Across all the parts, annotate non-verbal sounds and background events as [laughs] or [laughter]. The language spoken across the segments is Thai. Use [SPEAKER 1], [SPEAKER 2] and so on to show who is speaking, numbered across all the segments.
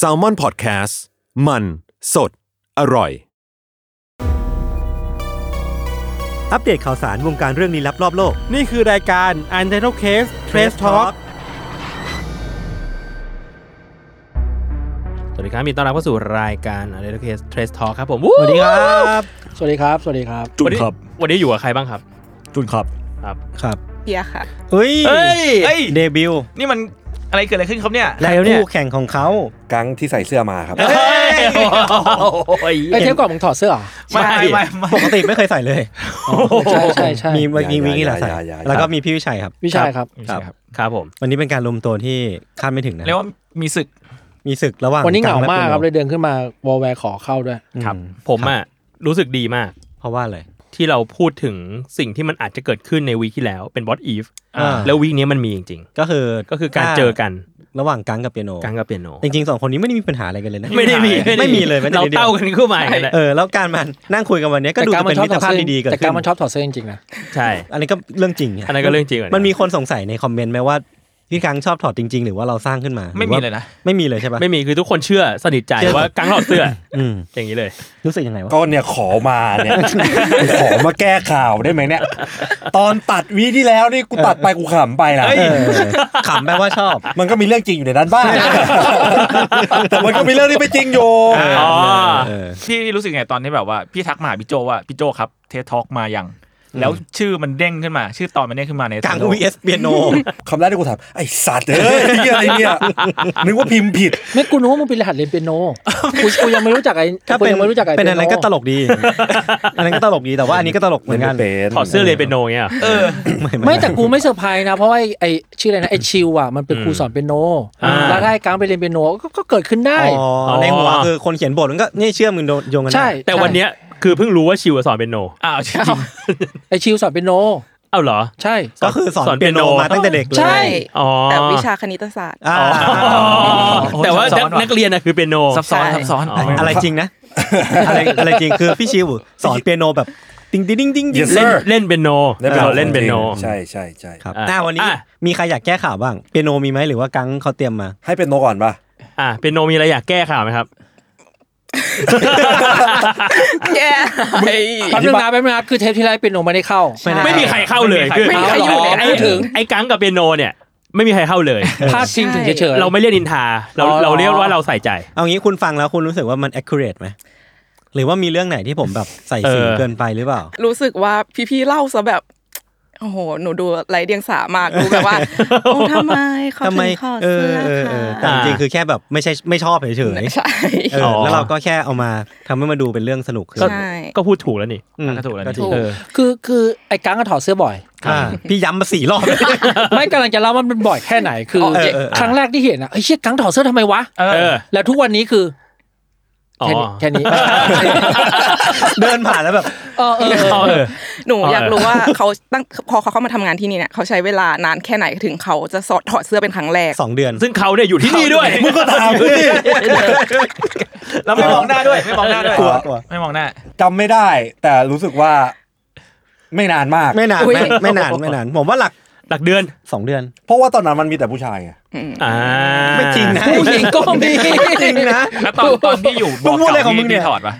[SPEAKER 1] s a l m o n PODCAST มัน สด อร่อย
[SPEAKER 2] อัปเดตข่าวสารวงการเรื่องลี้ลับรอบโลก
[SPEAKER 3] นี่คือรายการ u n t i t l e Case Trace Talk สวัสดีครับมีต้อนรับเข้าสู่รายการ u n t i t l e Case Trace Talk ครับผมวู้
[SPEAKER 4] สวัสดีครับ สวัสดีครับ สวัสดีครับ
[SPEAKER 3] วันนี้วันนี้อยู่กับใครบ้างครับ
[SPEAKER 5] จุนครับ
[SPEAKER 2] ครับ
[SPEAKER 6] เบียร์ค่ะ
[SPEAKER 2] เฮ้ย
[SPEAKER 7] เอ้ยเอ้ย
[SPEAKER 2] เดบิวต์
[SPEAKER 7] นี่มันอะไรเกิดอะไรขึ้นครับเนี่ย
[SPEAKER 2] และ
[SPEAKER 7] เนี่ย
[SPEAKER 2] คู่แข่งของเขา
[SPEAKER 5] กังที่ใส่เสื้อมาครับ
[SPEAKER 7] เฮ้ยโอ้ย
[SPEAKER 4] ไอเทปก่อนมึงถอดเสื้อเหรอ
[SPEAKER 7] ไม่ไม่ไม่
[SPEAKER 2] ปกติไม่เคยใส่เลย
[SPEAKER 4] ใช่ใช่ใช่
[SPEAKER 2] มีวันนี้
[SPEAKER 5] อย่า
[SPEAKER 2] วิกนี่แหละ
[SPEAKER 5] อย่า
[SPEAKER 2] ใส่
[SPEAKER 5] อย่าอย่า
[SPEAKER 2] แล้วก็มีพี่วิชัยครับ
[SPEAKER 4] วิชาครับ
[SPEAKER 2] ครับ
[SPEAKER 3] ครับผม
[SPEAKER 2] วันนี้เป็นการรวมตัวที่คาดไม่ถึงนะ
[SPEAKER 7] เรียกว่ามีศึก
[SPEAKER 2] มีศึกระหว่าง
[SPEAKER 4] วันนี้เหงา
[SPEAKER 2] และ
[SPEAKER 4] มาก
[SPEAKER 2] โปโ
[SPEAKER 4] ครับเลยเดินขึ้นมาวอลแวร์ขอเข้าด้วย
[SPEAKER 2] อืม
[SPEAKER 3] ครับ ผมอ่ะ รู้สึกดีมาก
[SPEAKER 2] เพราะว่าอะไร
[SPEAKER 3] ที่เราพูดถึงสิ่งที่มันอาจจะเกิดขึ้นในวีคที่แล้วเป็น What If
[SPEAKER 2] อ่า
[SPEAKER 3] แล้ววีคนี้มันมีจริง
[SPEAKER 2] ก็คือ
[SPEAKER 3] ๆ ก็คือการเจอกัน
[SPEAKER 2] ระหว่างกังกับเปียโน
[SPEAKER 3] กันกับเปียโน
[SPEAKER 2] จริงๆสองคนนี้ไม่ได้มีปัญหาอะไรกันเลยนะ
[SPEAKER 3] ไม่ได้มี
[SPEAKER 2] ไม่มีเลยแม้แต่
[SPEAKER 3] เรา
[SPEAKER 2] นิดดียว
[SPEAKER 3] เต้ากันขึ้นมาอย่างนั้นแหละ
[SPEAKER 2] เออแล้วการมันนั่งคุยกันวันนี้ก็
[SPEAKER 4] แต่
[SPEAKER 2] ดู
[SPEAKER 4] กา
[SPEAKER 2] จะ
[SPEAKER 4] รมั
[SPEAKER 2] เป็น
[SPEAKER 4] ชอบ
[SPEAKER 2] มิต
[SPEAKER 4] ถ
[SPEAKER 2] ร
[SPEAKER 4] อด
[SPEAKER 2] ภาพ
[SPEAKER 4] เสื้อ
[SPEAKER 2] ดีๆเกิด
[SPEAKER 4] แต่
[SPEAKER 2] ขึ้
[SPEAKER 4] กาน รมันชอบถอดเสื้อจริงๆนะ
[SPEAKER 3] ใช่
[SPEAKER 2] อันนี้ก็เรื่องจริง
[SPEAKER 3] อันนั้นก็เรื่องจริงก่อนนะ
[SPEAKER 2] มันมีคนสงสัยในคอมเมนต์ไหมว่าพี่กังชอบถอดจริง ๆ หรือว่าเราสร้างขึ้นมา
[SPEAKER 7] ไม่
[SPEAKER 2] หรือ
[SPEAKER 7] มี
[SPEAKER 2] ว่า
[SPEAKER 7] เลยนะ
[SPEAKER 2] ไม่มีเลยใช่ปะ
[SPEAKER 3] ไม่มีคือทุกคนเชื่อสนิทใจ
[SPEAKER 2] เชื่อ
[SPEAKER 3] ว่ากังถอดเสื้อ
[SPEAKER 2] อืม
[SPEAKER 3] อย่างนี้เลย
[SPEAKER 2] รู้สึกยังไงวะ
[SPEAKER 5] ก็เนี่ยขอมาเนี่ย
[SPEAKER 2] [laughs]
[SPEAKER 5] ขอมาแก้ข่าวได้ไหมเนี่ย ตอนตัดวีที่แล้วนี่กูตัดไปกูขำไปนะ
[SPEAKER 2] เออขำแปลว่าชอบ
[SPEAKER 5] มันก็มีเรื่องจริงอยู่ในนั้นบ้าง แต่มันก็มีเรื่องที่ไม่จริงอยู่
[SPEAKER 7] อ๋อ
[SPEAKER 2] เออ
[SPEAKER 7] ที่รู้สึกไงตอนที่แบบว่าพี่ทักมาหาพี่โจว่าพี่โจครับเทสทอกมายัง แล้วชื่อมันเด้งขึ้นมา ชื่อตอนมันเด้งขึ้นมาใน
[SPEAKER 2] กัง vs เปียโน
[SPEAKER 5] คำแรกที่กูถามไอ้สัตว์เอ้ยไอ้เหี้ยอะไรเนี่ย นึกว่าพิมพ์ผิด
[SPEAKER 4] ไม่กูนึกว่ามึงเป็นรหัสเรียนเปียโนกูกูยังไม่รู้จักไอ้
[SPEAKER 2] ถ้า
[SPEAKER 4] กู
[SPEAKER 2] เป็น
[SPEAKER 4] ยังไม่รู้จักไอ้
[SPEAKER 2] เป็น
[SPEAKER 4] ปีย
[SPEAKER 2] อะ
[SPEAKER 4] โ
[SPEAKER 2] ไรก็ตลกดี อันนั้นก็ตลกดีแต่ว่าอันนี้ก็ตลกเหมือนกัน
[SPEAKER 3] ถอดเสื้อเลยนเป็นโนเงี้ยเหรอ
[SPEAKER 7] เออ
[SPEAKER 4] ไม่แต่กูไม่เซอร์ไพรส์นะ เพราะว่าไอ้ไอ้ชื่ออะไรนะไอ้ชิวอ่ะมันเป็นครูสอนเปียโน
[SPEAKER 3] อ่า
[SPEAKER 4] แล้วถ้าได้การไปเรียนเปียโนก็ก็เกิดขึ้นได้
[SPEAKER 2] อ๋อในหัวคือคนเขียนบทมันก็เนี่ยเชื่อมึงโดนโยงกันนะ
[SPEAKER 4] ใช่
[SPEAKER 3] แต่วันเนี้ยคือเพิ่งรู้ว่าชิวสอนเป็นโน
[SPEAKER 7] อ้าวจ [laughs] ริง
[SPEAKER 4] ไอ้ชิวสอนเปียโน
[SPEAKER 3] เอ้าเหรอ
[SPEAKER 4] ใช่
[SPEAKER 2] ก็คือสอน
[SPEAKER 3] สอนเปี
[SPEAKER 2] เปี
[SPEAKER 3] ย
[SPEAKER 2] ย
[SPEAKER 3] โน
[SPEAKER 2] โนมาตั้งแต่เด็กเลย
[SPEAKER 4] ใช่
[SPEAKER 3] อ๋อ
[SPEAKER 6] แต่วิชาคณิตศาสตร์
[SPEAKER 2] อ่า
[SPEAKER 7] โอ้ย
[SPEAKER 3] แต่ว่า
[SPEAKER 7] ซับซ้อน
[SPEAKER 3] นักเรียนนะคือเป็นโน
[SPEAKER 7] ซับซ้อนซับซ้อน
[SPEAKER 3] อ๋อ
[SPEAKER 2] อะไรจริงนะ อะไรอะไรจริงคือพี่ชิวสอนเปียโนแบบติ๊งติ๊งติ๊งติ๊ง
[SPEAKER 5] Yes
[SPEAKER 3] เล่น
[SPEAKER 5] sir
[SPEAKER 3] เล่นเป็นโน
[SPEAKER 5] ได้ไ
[SPEAKER 3] เราเล่นเป็นโน
[SPEAKER 5] ใช่ใช่ใช่
[SPEAKER 2] ครับ
[SPEAKER 3] อ่ะ
[SPEAKER 2] อ่าวันนี้
[SPEAKER 3] อ่ะ
[SPEAKER 2] มีใครอยากแก้ข่าวบ้างเปียโนมีไหมหรือว่ากังเขาเตรียมมา
[SPEAKER 5] ให้เป็นโนก่อนป่ะ
[SPEAKER 3] อ่ะเป็นโนมีอะไรอยากแก้ข่าวไหมครับ
[SPEAKER 6] แก
[SPEAKER 4] แป๊บนึงนะแป๊บนึงนะคือเทปที่แล้วเปียโนไม่ได้เข้า
[SPEAKER 2] ไม่ได้
[SPEAKER 3] ไม่มีใครเข้าเลย
[SPEAKER 7] ไม่
[SPEAKER 3] คือ
[SPEAKER 7] มี
[SPEAKER 4] ใคร
[SPEAKER 7] เข้า
[SPEAKER 4] อยู่ใน
[SPEAKER 3] ไอ้
[SPEAKER 4] พูดถึง
[SPEAKER 3] ไอ้กังกับเป็นโนเนี่ย ไม่มีใครเข้าเลย
[SPEAKER 4] พลาดทิ้งถึงเฉยๆ
[SPEAKER 3] เราไม่เรียกนินทาเรา
[SPEAKER 4] อ๋อ
[SPEAKER 3] เราเรียกว่าเราใส่ใจ
[SPEAKER 2] เอางี้คุณฟังแล้วคุณรู้สึกว่ามัน accurate ไหมหรือว่ามีเรื่องไหนที่ผมแบบใส่สี
[SPEAKER 3] เออ
[SPEAKER 2] เกินไปหรือเปล่า
[SPEAKER 6] รู้สึกว่าพี่ๆเล่าซะแบบ โอ้โห หนูดูไรเดียงสามากดูแบบว่า โอ้ทำไมเขา
[SPEAKER 2] ทำ
[SPEAKER 6] ถึ
[SPEAKER 2] ไม
[SPEAKER 6] งขอด
[SPEAKER 2] เออ
[SPEAKER 6] เสื้อ
[SPEAKER 2] เออเออแต่
[SPEAKER 6] ค่ะ
[SPEAKER 2] จริงๆคือแค่แบบไม่ใช่ไม่ชอบเฉย
[SPEAKER 6] ใช่
[SPEAKER 2] ๆเอออ
[SPEAKER 3] อ
[SPEAKER 2] แล้วเราก็แค่เอามาทำให้มาดูเป็นเรื่องสนุกขึ้น
[SPEAKER 6] ใช่
[SPEAKER 3] ก็พูดถูกแล้วนี่
[SPEAKER 2] อืม
[SPEAKER 7] ก็ถูกแล้วนี่
[SPEAKER 2] ถูก
[SPEAKER 3] เออ
[SPEAKER 4] คือคือไอ้กังก็ถอดเสื้อบ่อย
[SPEAKER 2] อ่าพี่ย้ำ [laughs] มาสี่รอบ
[SPEAKER 4] ไม่กำลังจะเล่าว่ามันบ่อยแค่ไหนคือ
[SPEAKER 2] เออเออเออ
[SPEAKER 4] ครั้งแรกที่เห็นอ่ะเฮ้ยเชี่ยกังถอดเสื้อทำไมวะ
[SPEAKER 7] เอ
[SPEAKER 3] เอ
[SPEAKER 7] อ
[SPEAKER 3] อ
[SPEAKER 4] แล้วทุกวันนี้คือ
[SPEAKER 3] อ๋อ
[SPEAKER 4] แค่นี้แค่นี้
[SPEAKER 2] เดินผ่านแล้วแบบ
[SPEAKER 4] เออเออ
[SPEAKER 3] อ๋อเออ
[SPEAKER 6] หนู
[SPEAKER 3] อ๋ออ
[SPEAKER 6] อยากรู้ว่าเขาตั้งพอเขาเข้ามาทำงานที่นี่เนี่ยเขาใช้เวลานานแค่ไหนถึงเขาจะสอดถอดเสื้อเป็นครั้งแรก
[SPEAKER 2] สองเดือน
[SPEAKER 3] ซึ่งเขาเนี่ยอยู่ที่นี่ด้วย
[SPEAKER 5] มึงก็ถามกูดิ
[SPEAKER 7] แล้วไม่มองหน้าด้วย ไม่มองหน้าด้วย
[SPEAKER 2] กลัวกลัว
[SPEAKER 7] ไม่มองหน้า
[SPEAKER 5] จำไม่ได้ แต่รู้สึกว่า ไม่นานมาก
[SPEAKER 2] ไม่นาน
[SPEAKER 6] อุ๊ย
[SPEAKER 2] ไม่ไม่นานไม่นาน ผมว่าหลัก
[SPEAKER 3] หลักเดือน
[SPEAKER 2] สองเดือน
[SPEAKER 5] เพราะว่าตอนนั้นมันมีแต่ผู้ชายไง
[SPEAKER 3] อ่า
[SPEAKER 2] ไม่จริงนะ
[SPEAKER 4] ผู้หญิงก็มี
[SPEAKER 2] จริงนะ
[SPEAKER 7] แล้วตอนตอนที่อยู่บ
[SPEAKER 2] มึ
[SPEAKER 7] อก
[SPEAKER 2] งพูดอะไรของมึงเนี่ย
[SPEAKER 7] ถอดปะ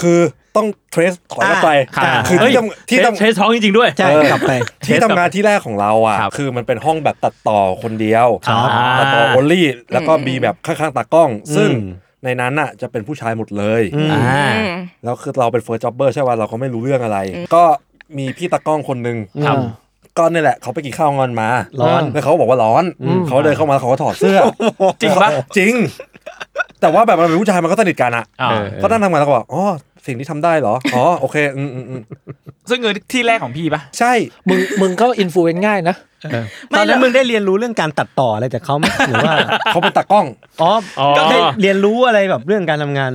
[SPEAKER 5] คือต้องเทรสถอยออกไป
[SPEAKER 2] อ่า
[SPEAKER 5] คือ
[SPEAKER 3] เฮ้ย
[SPEAKER 5] ที่ทำที่ทำ
[SPEAKER 3] เทสท้องจริง ๆ ด้วย
[SPEAKER 2] ใช่กลับไป
[SPEAKER 5] ที่ทำงานที่แรกของเราอ่ะ
[SPEAKER 7] ครับ
[SPEAKER 5] คือมันเป็นห้องแบบตัดต่อคนเดียว
[SPEAKER 3] ครับ
[SPEAKER 5] ตัดต่อโอลี่แล้วก็มีแบบข้างๆตากล้อง ซึ่ง
[SPEAKER 2] อืม
[SPEAKER 5] ในนั้นอ่ะจะเป็นผู้ชายหมดเลย
[SPEAKER 2] อืม
[SPEAKER 3] อ่า
[SPEAKER 6] อืม
[SPEAKER 5] แล้วคือเราเป็นเฟิร์สจ็อบเบอร์ใช่ป่ะเราก็ไม่รู้เรื่องอะไร ก็มีพี่ตากล้องคนหนึ่ง
[SPEAKER 4] ครับ
[SPEAKER 5] ก็เนี่ยแหละเขาไปกินข้าวงอนมา
[SPEAKER 2] ร้อน
[SPEAKER 5] แล้วเขาบอกว่าร้อนเขาเดินเข้ามาเขาก็ถอดเสื้อ
[SPEAKER 7] จริงปะ
[SPEAKER 5] จริง แต่ว่าแบบมันเป็นผู้ชายมันก็สนิทกันอ่ะ
[SPEAKER 7] อ่า
[SPEAKER 5] ก็นั่งทำงานแล้วก็บอกอ๋อ สิ่งที่ทำได้เหรอ [laughs] อ๋อ โอเค อืมอืมอืม
[SPEAKER 7] ซึ่งเงินที่แรกของพี่ปะ
[SPEAKER 5] ใช่
[SPEAKER 4] มึงมึงก็อินฟลูเอนซ์ง่ายนะ
[SPEAKER 2] ตอนนั้นมึงได้เรียนรู้เรื่องการตัดต่ออะไรจากเขาไหมหรือว่า
[SPEAKER 5] เขาเป็นตากล้อง
[SPEAKER 2] อ๋อ
[SPEAKER 3] อ๋อ
[SPEAKER 2] ก็ได้เรียนรู้อะไรแบบเรื่องการทำงาน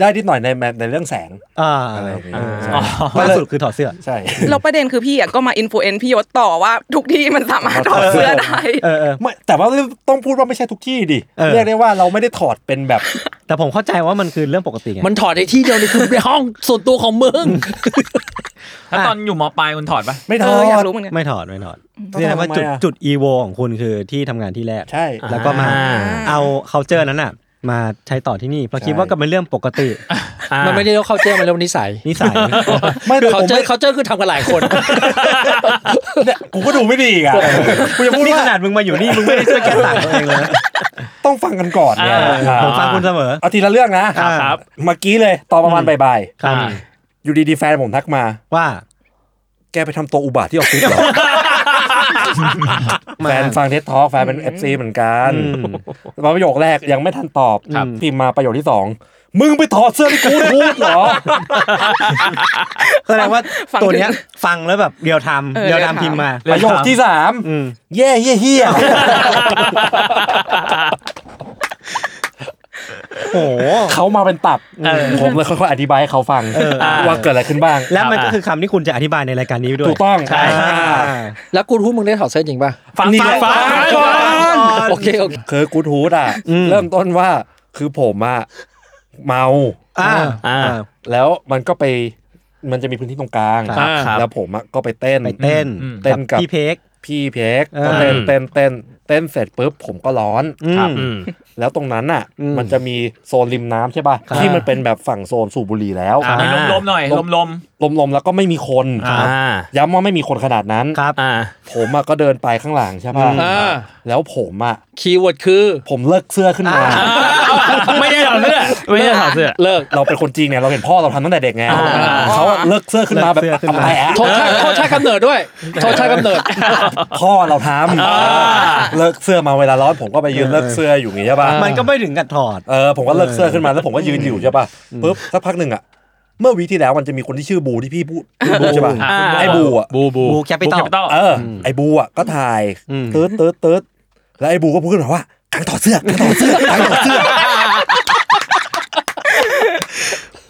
[SPEAKER 5] ได้นิดหน่อยในแมในเรื่องแสง
[SPEAKER 2] อ่า
[SPEAKER 5] อะไรอย่างเงี้ยใช่
[SPEAKER 2] ล่าสุดคือถอดเสื้อ
[SPEAKER 5] ใช่
[SPEAKER 6] แล้วประเด็นคือพี่อ่ะก็มาอินฟลูเอนซ์พี่ยศต่อว่าทุกที่มันสามารถถอดเสื้อได้
[SPEAKER 2] เออเออ
[SPEAKER 5] ไม่แต่ว่าต้องพูดว่าไม่ใช่ทุกที่ดิ
[SPEAKER 2] เออ
[SPEAKER 5] เรียกได้ว่าเราไม่ได้ถอดเป็นแบบ
[SPEAKER 2] แต่ผมเข้าใจว่ามันคือเรื่องปกติไง
[SPEAKER 4] มันถอดในที่เดียวนี่คือในห้องส่วนตัวของมึง
[SPEAKER 7] แล้วตอนอยู่มปลายคุณถอดปะ
[SPEAKER 5] ไม่ถ
[SPEAKER 6] เอ
[SPEAKER 5] อ
[SPEAKER 6] ออยาก
[SPEAKER 5] ด
[SPEAKER 6] รู้เหมือนกัน
[SPEAKER 2] ไม่ถอดไม่ถอด
[SPEAKER 5] ต้อง
[SPEAKER 2] เนี่ยว่า
[SPEAKER 5] ทำไม
[SPEAKER 2] จุด
[SPEAKER 5] อะ
[SPEAKER 2] จุดอีโวของคุณคือที่ทำงานที่แรก
[SPEAKER 5] ใช่
[SPEAKER 2] แล้วก็มา
[SPEAKER 3] อ่า
[SPEAKER 2] เอา c u เจอร์นั้นอ่ะ มาใช้ต่อที่นี่เพราะคิดว่าก็เป็นเรื่องปกติ
[SPEAKER 4] มันไม่ได้เรียกเขาเจอมันเรียกว่านิสัย
[SPEAKER 2] นิสัย
[SPEAKER 5] ไม่แต่
[SPEAKER 4] เขา
[SPEAKER 5] ผม
[SPEAKER 4] เจอ
[SPEAKER 5] ไม่
[SPEAKER 4] เขาเจอคือทำกันหลายคน
[SPEAKER 5] เนี่ยกูก็ดูไม่ดีอีกอ่ะกูจะพูด
[SPEAKER 2] นี่
[SPEAKER 5] ว่า
[SPEAKER 2] ขนาดมึงมาอยู่นี่มึงไม่ได้ช่วยแก้ต่างตัวเองเลย
[SPEAKER 5] ต้องฟังกันก่อนเนี่ย
[SPEAKER 3] อ่า
[SPEAKER 2] ผมฟังคุณเสมอ
[SPEAKER 5] เอาทีละเรื่องนะ
[SPEAKER 2] ครั
[SPEAKER 3] ครับ
[SPEAKER 5] เมื่อกี้เลยตอนประมาณบ่าย
[SPEAKER 2] ครับ
[SPEAKER 3] อ่า
[SPEAKER 5] ๆอยู่ดีๆแฟนผมทักมา
[SPEAKER 2] ว่า
[SPEAKER 5] แกไปทำตัวอุบาทที่ออฟฟิศเหรอ
[SPEAKER 2] [laughs]
[SPEAKER 5] แฟนฟังเท็ดทอแฟนเป็นเอฟซีเหมือนกัน
[SPEAKER 2] อืม
[SPEAKER 5] มาประโยคแรกยังไม่ทันตอบ
[SPEAKER 2] ครับ
[SPEAKER 5] พิมพ์มาประโยคที่สองมึงไปถอดเสื้อที่กูรูดเหรอ
[SPEAKER 2] แสดงว่า
[SPEAKER 6] ฟัง
[SPEAKER 2] ตัวเนี้ยฟังแล้วแบบเรียลไทม์
[SPEAKER 6] เออ
[SPEAKER 2] เรียลไทม์
[SPEAKER 6] real time
[SPEAKER 2] พิมพ์มา
[SPEAKER 5] ประโยคที่สาม
[SPEAKER 2] อืม
[SPEAKER 5] เย่เย่เฮีย
[SPEAKER 2] โอ้โห
[SPEAKER 5] เขามาเป็นตับผมเลยค่อยๆอธิบายให้เขาฟัง ว่าเกิดอะไรขึ้นบ้าง
[SPEAKER 2] แล้วมันก็คือคำที่คุณจะอธิบายในรายการนี้ด้วย
[SPEAKER 5] ถูกต้อง
[SPEAKER 2] ใช่
[SPEAKER 5] อ่า
[SPEAKER 4] แล้วกูรู้มึงได้ถอดเสื้อจริงป่ะ
[SPEAKER 5] ฟังนี่
[SPEAKER 3] ฟัง
[SPEAKER 5] ก่อน
[SPEAKER 4] โอเคโอเค
[SPEAKER 5] คือกูทูดอ่ะ เริ่มต้นว่าคือผมอ่ะเมา
[SPEAKER 2] อ่า
[SPEAKER 3] อ่า
[SPEAKER 2] อ่า
[SPEAKER 5] แล้วมันก็ไปมันจะมีพื้นที่ตรงกลาง
[SPEAKER 2] ครับ
[SPEAKER 3] ครับ
[SPEAKER 5] แล้วผมอะก็ไปเต้น
[SPEAKER 2] ไปเต้น
[SPEAKER 7] อืม
[SPEAKER 5] เต้นกับ
[SPEAKER 2] พี่เพก
[SPEAKER 5] พี่เพ็ก
[SPEAKER 2] เออ
[SPEAKER 5] ก็เต้นเต้นเต้นเต้นเสร็จปุ๊บผมก็ร้อน
[SPEAKER 2] อืม
[SPEAKER 3] อืม
[SPEAKER 5] แล้วตรงนั้นอ่ะ
[SPEAKER 2] อืม
[SPEAKER 5] มันจะมีโซนริมน้ำใช่ป่ะ
[SPEAKER 2] ครับ
[SPEAKER 5] ที่มันเป็นแบบฝั่งโซนสูบบุหรี่แล้ว
[SPEAKER 7] อ่าให้ลมๆหน่อยลม
[SPEAKER 5] ลมๆแล้วก็ไม่มีคน
[SPEAKER 3] อ่า
[SPEAKER 5] ย้ำว่าไม่มีคนขนาดนั้น
[SPEAKER 2] ครับ
[SPEAKER 3] อ่า
[SPEAKER 5] ผมอะก็เดินไปข้างหลังใช่ป่ะ
[SPEAKER 4] อ่า
[SPEAKER 5] แล้วผมอ่ะ
[SPEAKER 4] คีย์เวิร์ดคือ
[SPEAKER 5] ผมเลิกเสื้อขึ้นมา
[SPEAKER 3] ไม่ได้ถอดเสื้อไม่ได้ถอดเสื้อ
[SPEAKER 4] เลิก
[SPEAKER 5] เราเป็นคนจีนเนี่ยเราเห็นพ่อเราทำตั้งแต่เด็กไง
[SPEAKER 3] อ่า
[SPEAKER 5] เขาอะเลิกเสื้อขึ้นมาแบบ
[SPEAKER 2] เลิกเสื้อขึ้นมา
[SPEAKER 5] ทำไมอะ
[SPEAKER 4] โทษชาติโทษชาติกำเนิดด้วย โทษชาติกำเนิด
[SPEAKER 5] พ่อเราทำเลิกเสื้อมาเวลาร้อนผมก็ไปยืนเลิกเสื้ออยู่อย่างนี้ใช่ป่ะ
[SPEAKER 2] มันก็ไม่ถึงกับถอด
[SPEAKER 5] เออผมก็เลิกเสื้อขึ้นมาแล้วผมก็ยืนอยู่ใช่ป่ะปุ๊บสักพักหนึ่งอ่ะเมื่อวีคที่แล้วมันจะมีคนที่ชื่อบูที่พี่พูดพูดบูใช่ป่ะ
[SPEAKER 3] อ่า
[SPEAKER 5] ไอ้บูอ่ะ
[SPEAKER 3] บูบู
[SPEAKER 2] บูแคปิตอล
[SPEAKER 7] Capital
[SPEAKER 5] เออไอ้บูอ่ะก็ถ่าย
[SPEAKER 2] อืม
[SPEAKER 5] เติร์ดเติร์ดเติร์ดแล้วไอ้บูก็พูดขึ้นมาว่าขังถอดเสื้อขังถอดเสื้อขังถอดเสื้อ